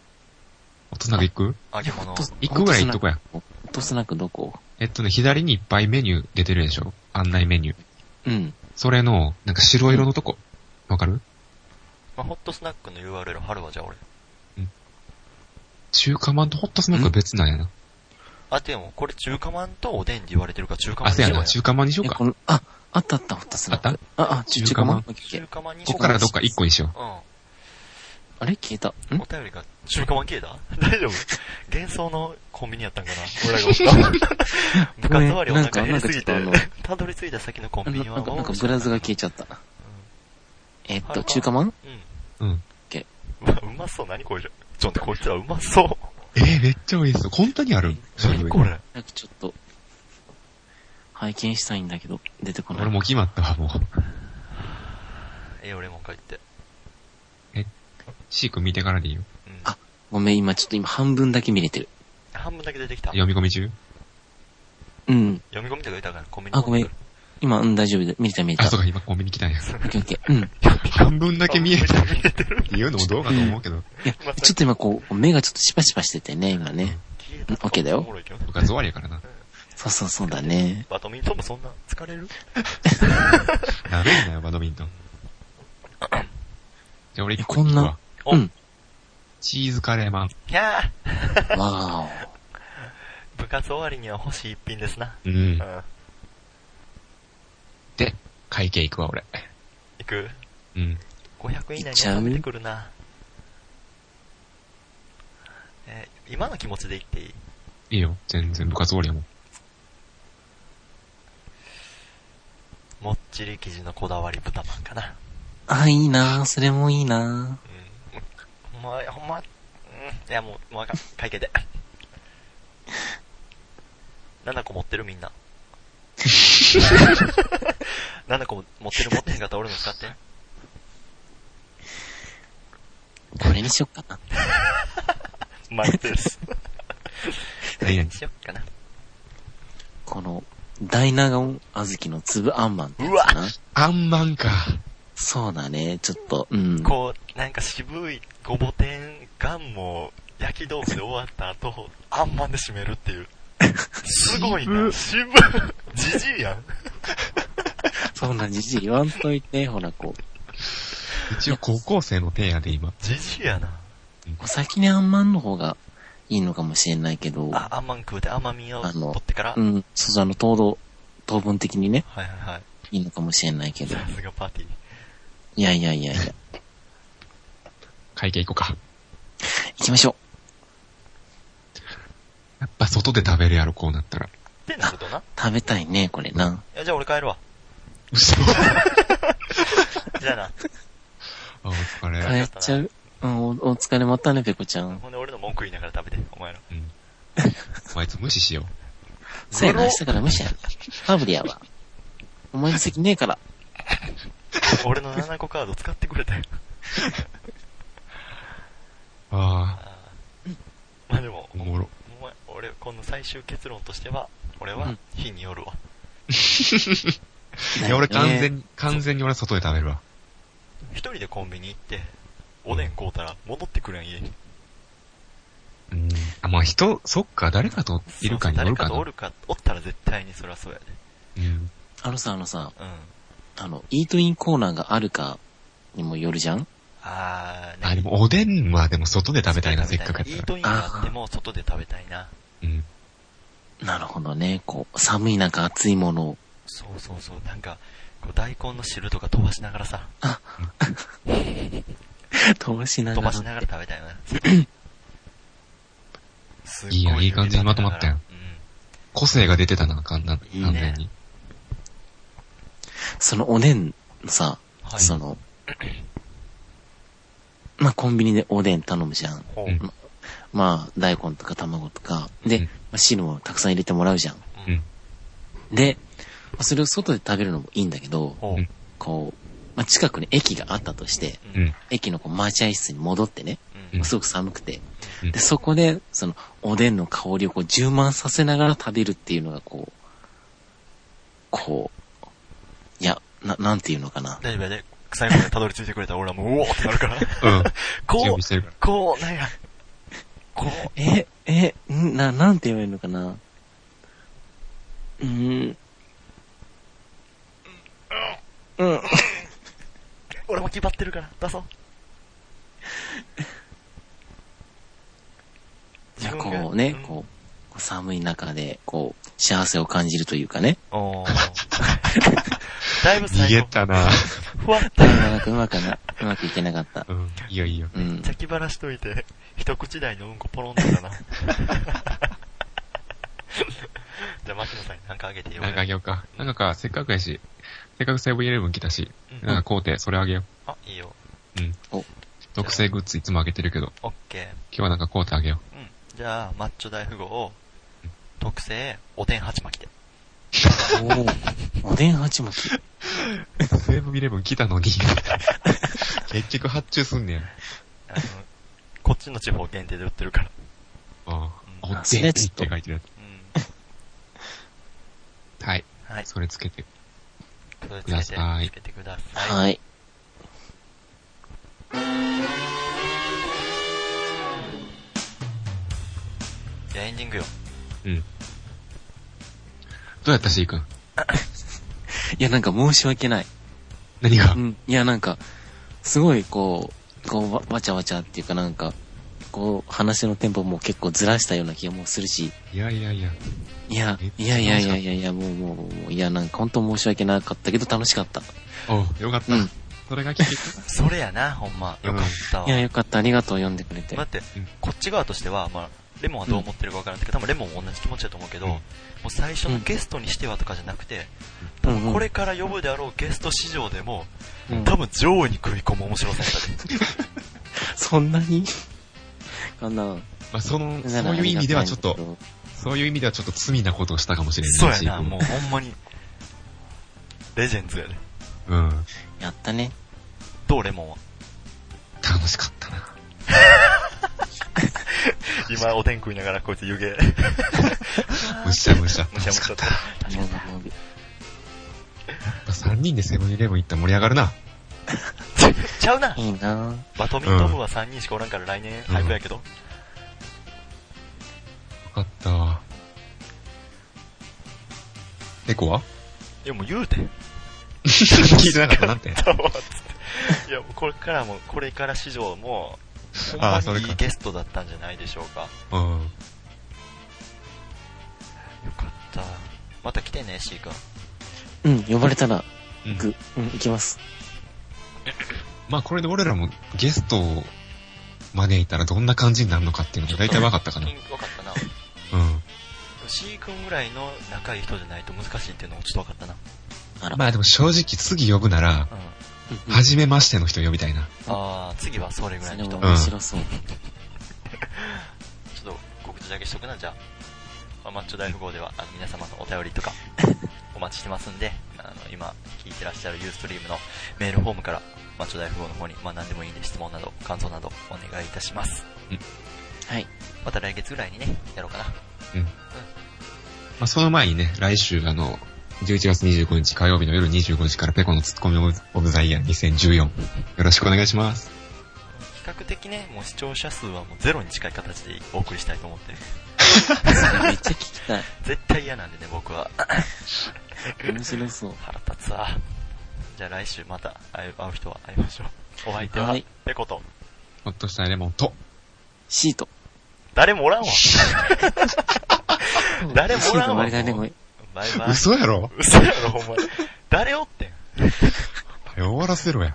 A: 大人が行く
B: 揚げ物。
A: 行くぐらい行っとこや。
C: 落とすなくどこ
A: えっとね、左にいっぱいメニュー出てるでしょ案内メニュー。
C: うん。
A: それの、なんか白色のとこ。わかる
B: まあ、ホットスナックの URL 貼るわ、じゃあ俺。
A: 中華まんとホットスナックは別なんやな。
B: あ、でも、これ中華まんとおでんって言われてるから中華
A: あ、
B: まんに
A: せ
B: し
A: や
B: よう
A: な。
B: や。
A: 中華まんにしよう
C: え
A: か。
C: こ
A: こ
C: のあ、あったあった、ホットスナック。
A: あっ
C: あ、あ、中
A: 中
C: 中
A: 華
C: 華
A: ま
C: ま
A: ん
C: ん。オッケーオ
B: 中
C: ッケ
B: 華まんにし
A: こ
B: よう
A: からどっか一個にしよ
B: う
C: ーあれ消えた。
B: ん。
C: ん
B: お便りが中華まん消えた 大丈夫幻想のコンビニやったん かな俺らがおった。部活終わりお
C: なん
B: 腹
C: か、
B: 減
C: な
B: り
C: んか
B: す
C: ちょ
B: ぎ
C: っと
B: て
C: あの、、
B: たどり着いた先のコ
C: あ
B: ンビ
C: の
B: ニは
C: なんか、なんか
B: もう
C: ブラズが消えちゃった。えっ
B: あ
C: と、
B: れか
C: 中華まん
B: う
A: う。
B: ん。
A: うん。
B: うわ、うまそう。何これ。ちょっとこいつらうまそう。
A: えー、めっちゃ美味しそう。本当にある
B: 何これ。
C: なんかちょっと、拝見したいんだけど、出てこない。
A: 俺もう決まったわ、もう。
B: え、俺も帰って。
A: シーク見てからでいいよ。
B: うん。
C: あごめん、今ちょっと今半分だけ見れてる。
B: 半分だけ出てきた。
A: 読み込み中
C: うん。
B: 読み込みとか言ったから、コンビニ
C: あ、ごめん。今、うん、大丈夫だ。見れた見れ
A: あ、
C: た。
A: そう
C: オ
A: か、今コンビニ来たんや。
C: ッケーオッケー。うん。
A: 半分だけ見えた
B: た
A: っ。
B: 見えてる。
A: ていうのもどうかと思うけど、
C: いや、ちょっと今こう、目がちょっとシパシパしててね、今ね。
B: 消え
C: オッケーだよ
B: おもろいけど
A: 部活終わりやからな。
C: そうそうそうだね。
B: バドミントンもそんな疲れる
A: ダメだよ、バドミントン。じゃあ俺一個
C: こんな
A: 行くわ
B: お
C: うん。
A: チーズカレーマン。
B: キャー
C: わー
B: 活終わりには欲しい一品ですな。
A: うん
B: う。ん。
A: で、会計行くわ、俺。
B: いく
A: うん。
B: 500以内
C: いっ
B: に
C: ちゃう
B: 収めてくるな。えー今の気持ちで言っていい
A: いいよ。全然部活終わりやもん。
B: もっちり生地のこだわり豚まんかな。
C: あ、いいなぁそれもいいな
B: うん。ほんま、ほんま、うん。いや、もう、もうあかん。会計で。7個持ってるみんな。7個持ってる持ってへんかったら俺の使って。
C: ぁこれにしよっかな。
B: マイです。
A: 何々
B: しよっかな。
C: この、大納言小豆の粒あんまんってやつかな。
A: あんまんか。
C: そうだね、ちょっと、うん。
B: こう、なんか渋いごぼ天、ガンも、焼き豆腐で終わった後、あんまんで締めるっていう。すごいな。渋い。じじいやん。
C: そんなじじい言わんといて、ほら、こう、
A: 一応高校生の手やで、今。
B: じじいやな。
C: お先にあんまんの方がいいのかもしれないけど、
B: あ、あんまん食うて甘みを
C: あの
B: 取ってから。は
C: う
B: い
C: ん、そうそう、あの、糖度、糖分的にね、
B: はいはい。
C: いいのかもしれないけど、
B: さすがパーティー。
C: いやいやいやいや、行
A: 会計行こうか。
C: きましょ
A: やっぱ外で食べるやろ、こうなったら。
B: ってなるとな。
C: う。食べたいね、これな。
B: いや、じゃあ俺帰るわ。
A: 嘘。
B: じゃあな。
A: あ、お疲れ。
C: 帰っちゃう。うん、おお疲れ、またね、ペコちゃん。
B: ほんで俺の文句言いながら食べて、お前ら。
A: うん。あいつ無視しよ
C: せやな、
B: グロ
C: 明日から無視やな。ファブリアは。お前の席ねえから。
B: 俺の7個カード使ってくれたよ。
A: う。あ
B: まあでも
A: あ、、おもろ。
B: お前俺、この最終結論としては、俺
C: う
B: は
C: ん、
B: 日によるわ。
A: いや、俺完全
C: ね
A: に、完全に俺外で食べるわ。
B: 一人でコンビニ行って、おでん買うたら戻ってくるやん、家に。
A: うん。あ、まあ人、そっか、誰かといるかによ
B: そ
A: る
B: うそう誰
A: か
B: か
A: な。
B: とおるか、おったら絶対にそりゃそうやで。
A: うん。
C: あのさ、あのさ、
B: うん。
C: あの、イートインコーナーがあるかにもよるじゃん
B: あー、
A: あ、でもおでんはでも外で食べたいな、せっかくや
B: イ
A: った
B: ー
A: ら。
B: トインがあっても、外で食べたいな。
A: うん。
C: なるほどね。こう、寒い中熱いものを。
B: そうそうそう、なんか、こう大根の汁とか飛ばしながらさ、
C: 飛ばしな
B: 飛
C: が
B: ばし
C: ら。
B: ながら食べたよな。すっ
A: い
B: ご
A: いやんいい感じにまとまったやん
B: う
A: 個性が出てたな、完全
B: いい
A: に。
B: ね
A: 完全に。
C: そのおでんのさ、
B: ん。はい。
C: その、まあ、コンビニでおでん頼むじゃん。
B: ほう。
A: う
B: うんん。
C: まあ、大根とか卵とか。で、
A: うん
C: まあ、汁もたくさん入れてもらうじゃん。
A: うん。
C: で、まあそれを外で食べるのもいいんだけど、
B: ほう。
A: うん
C: こう、まあ、近くに駅があったとして、
A: う
B: うんん。
C: 駅のこう待合室に戻ってね、
B: うん。
C: すごく寒くて。
A: うん
C: で、そこで、その、おでんの香りをこう、充満させながら食べるっていうのが、こう、こう、いや、な、なんていうのかな。
B: 大丈夫やで、最後までたどり着いてくれたら俺はもう、うおーってなるから。
A: うん。準
B: こ
A: 備してるか
B: う、こう、なんや。こう、
C: え、え、んな、なんて言えばいいのかな。うーん。うん。
B: 俺も気張ってるから、出そう。
C: いや、こうね、こう、寒い中で、こう、幸せを感じるというかね。
B: う。おー。だいぶ
A: ら。逃
B: 最
A: げ
B: 後、
A: た な。
B: ふわっと
C: なかなかうまくな、うまくいけなかった。
A: うん。いいよいいよ。
C: うん
B: じゃ。あ気晴らしといて、一口大のうんこポロンと かな。じゃあ、牧野さんに何かあげてよ。
A: なんかあげようか。なんかか、せっかくやし、せっかくセブンイレブン来たし、
B: うん
A: なんか買うて、それあげよう。
B: あ、いいよ。
A: 特製グッズいつもあげてるけど、
B: オッケー。
A: 今日はなんか買うてあげよう。
B: うん。じゃあ、マッチョ大富豪を、特製、おでん鉢巻きで。
C: おお。おでん鉢巻き。
A: セブンイレブン来た のに、結局発注すんねや。
B: あの、こっちの地方限定で売ってるから。
A: ああ。
B: う
A: お
B: ん
A: でんっ
C: あ
A: て
C: そ
A: 書
C: れ
A: い
C: ちょっと
A: てるや
B: うん。
A: つ。はい。
B: はい。
A: それつけて。
B: それつ
A: くだ
B: けて、
A: さい
B: つけてください。
C: はい。
B: じゃあ、エンディングよ。
A: うん。どうやったしーくん
C: いや、なんか申し訳ない。
A: 何が
C: うん。いや、なんか、すごい、こう、こう、わわちゃわちゃっていうかなんか、こう、話のテンポも結構ずらしたような気がもうするし、
A: いやいやいや。
C: いや
A: え、
C: いやいやいやいやいや、もうもう、もういや、なんか本当申し訳なかったけど楽しかった。
A: おうよかった。
C: うん
A: それが聞けた。
B: それやな、ほんま。よかったわ。
C: いや、よかった、ありがとう、読んでくれて
B: だ。って
A: うん、
B: こっち側としては、まあ、レモンはどう思ってるかわからないけど、多分レモンも同じ気持ちだと思うけど、
A: うん
B: もう最初の
C: うん
B: ゲストにしてはとかじゃなくて、
C: う
B: 多
C: んうん
B: 分これから呼ぶであろうゲスト市場でも、
C: うん
B: 多分上位に食い込む面白さやったで。
C: そんなにかな。
A: まあ、その、
C: なら
A: そういう意味ではちょっ
C: ありがたい
A: と、
C: んだ
A: そういう意味ではちょっと罪なことをしたかもしれ
B: そう
A: ないし。
B: やな、もうほんまに、レジェンズやで。
A: う。うん。
C: けどやったね。
B: どうレモンは。
A: 楽しかったな。
B: 今、おでん食いながらこいつ湯気。
A: むしゃむしゃ。
B: むし
A: 楽し
B: ゃむし
A: か
B: ゃ
A: っ
B: と
A: た。。
C: もぐもぐ
A: 3人でセブンイレブン行ったら盛り上がるな。
B: ちゃうない
C: いな
B: バドミントン部は3人しかおらんから来年配布やけど。
A: よかったわ。エコ は
B: いやもう言うて。
A: 聞いてなかった なんて。
B: いやもうこれからも、これから市場も、ほん
A: あ
B: ま
A: あそれ
B: にい
A: か
B: いゲストだったんじゃないでしょうか。よ
A: うん。
B: かった。また来てね、シー君。
C: うん、呼ばれたら、
A: うん
C: 行く。うん、行きます。
A: まあこれで俺らもゲストを招いたらどんな感じになるのかっていうのが大体分かったかな。う
B: うん分かったな。
A: ん。
B: シー君ぐらいの仲いい人じゃないと難しいっていうのもちょっと分かったな。
C: あら。
A: まあでも正直次呼ぶなら、
B: うん。
C: うん
A: 初めましての人呼びたいな。
B: ああ、次はそれぐら
C: そ
B: い
C: れ
B: の
C: も
B: 人。
C: 面白そう。
B: ちょっと告知だけしとくな、じゃあ。まあ、マッチョ大富豪では、あの、皆様のお便り とか、お待ちしてますんで、あの、今、聞いてらっしゃるユーストリームのメールフォームから、マッチョ大富豪の方に、まあ、何でもいいんで質問など、感想など、お願いいたします。
C: はい。
B: また来月ぐらいにね、やろうかな。
A: まあその前にね、来週あの、11月25日火曜日の夜25時からペコのツッコミオブザイヤー2014。よろしくお願いします。
B: 比較的ね、もう視聴者数はもうゼロに近い形でお送りしたいと思ってる。
C: それめっちゃ聞きたい。
B: 絶対嫌なんでね、僕は。
C: 面白そう。
B: 腹立つわ。じゃあ来週また会う会う人は会いましょう。お相手は
C: はい、
B: ペコと、
A: ほっとしたレモンと。
C: シート。
B: 誰もお らんわ。誰も
C: シ
B: お
C: ー
B: ら
C: ト
B: ん
C: マ
B: わ。
C: リナでもいい。
B: バイバイ。
A: 嘘やろ
B: 嘘やろ、お前。誰おってん
A: 終わらせろや。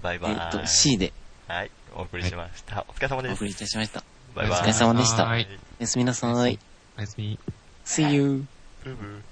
B: バイ
C: え
B: バイ。
C: っと、C で
B: はい、お送りしました。お疲れ様
C: お
B: です
C: 送。りいたしました。
B: バイバイ。
C: お疲れ様でした
A: はい。
C: おやすみなさい。
A: おやすみ。
C: See you.
B: ブーブー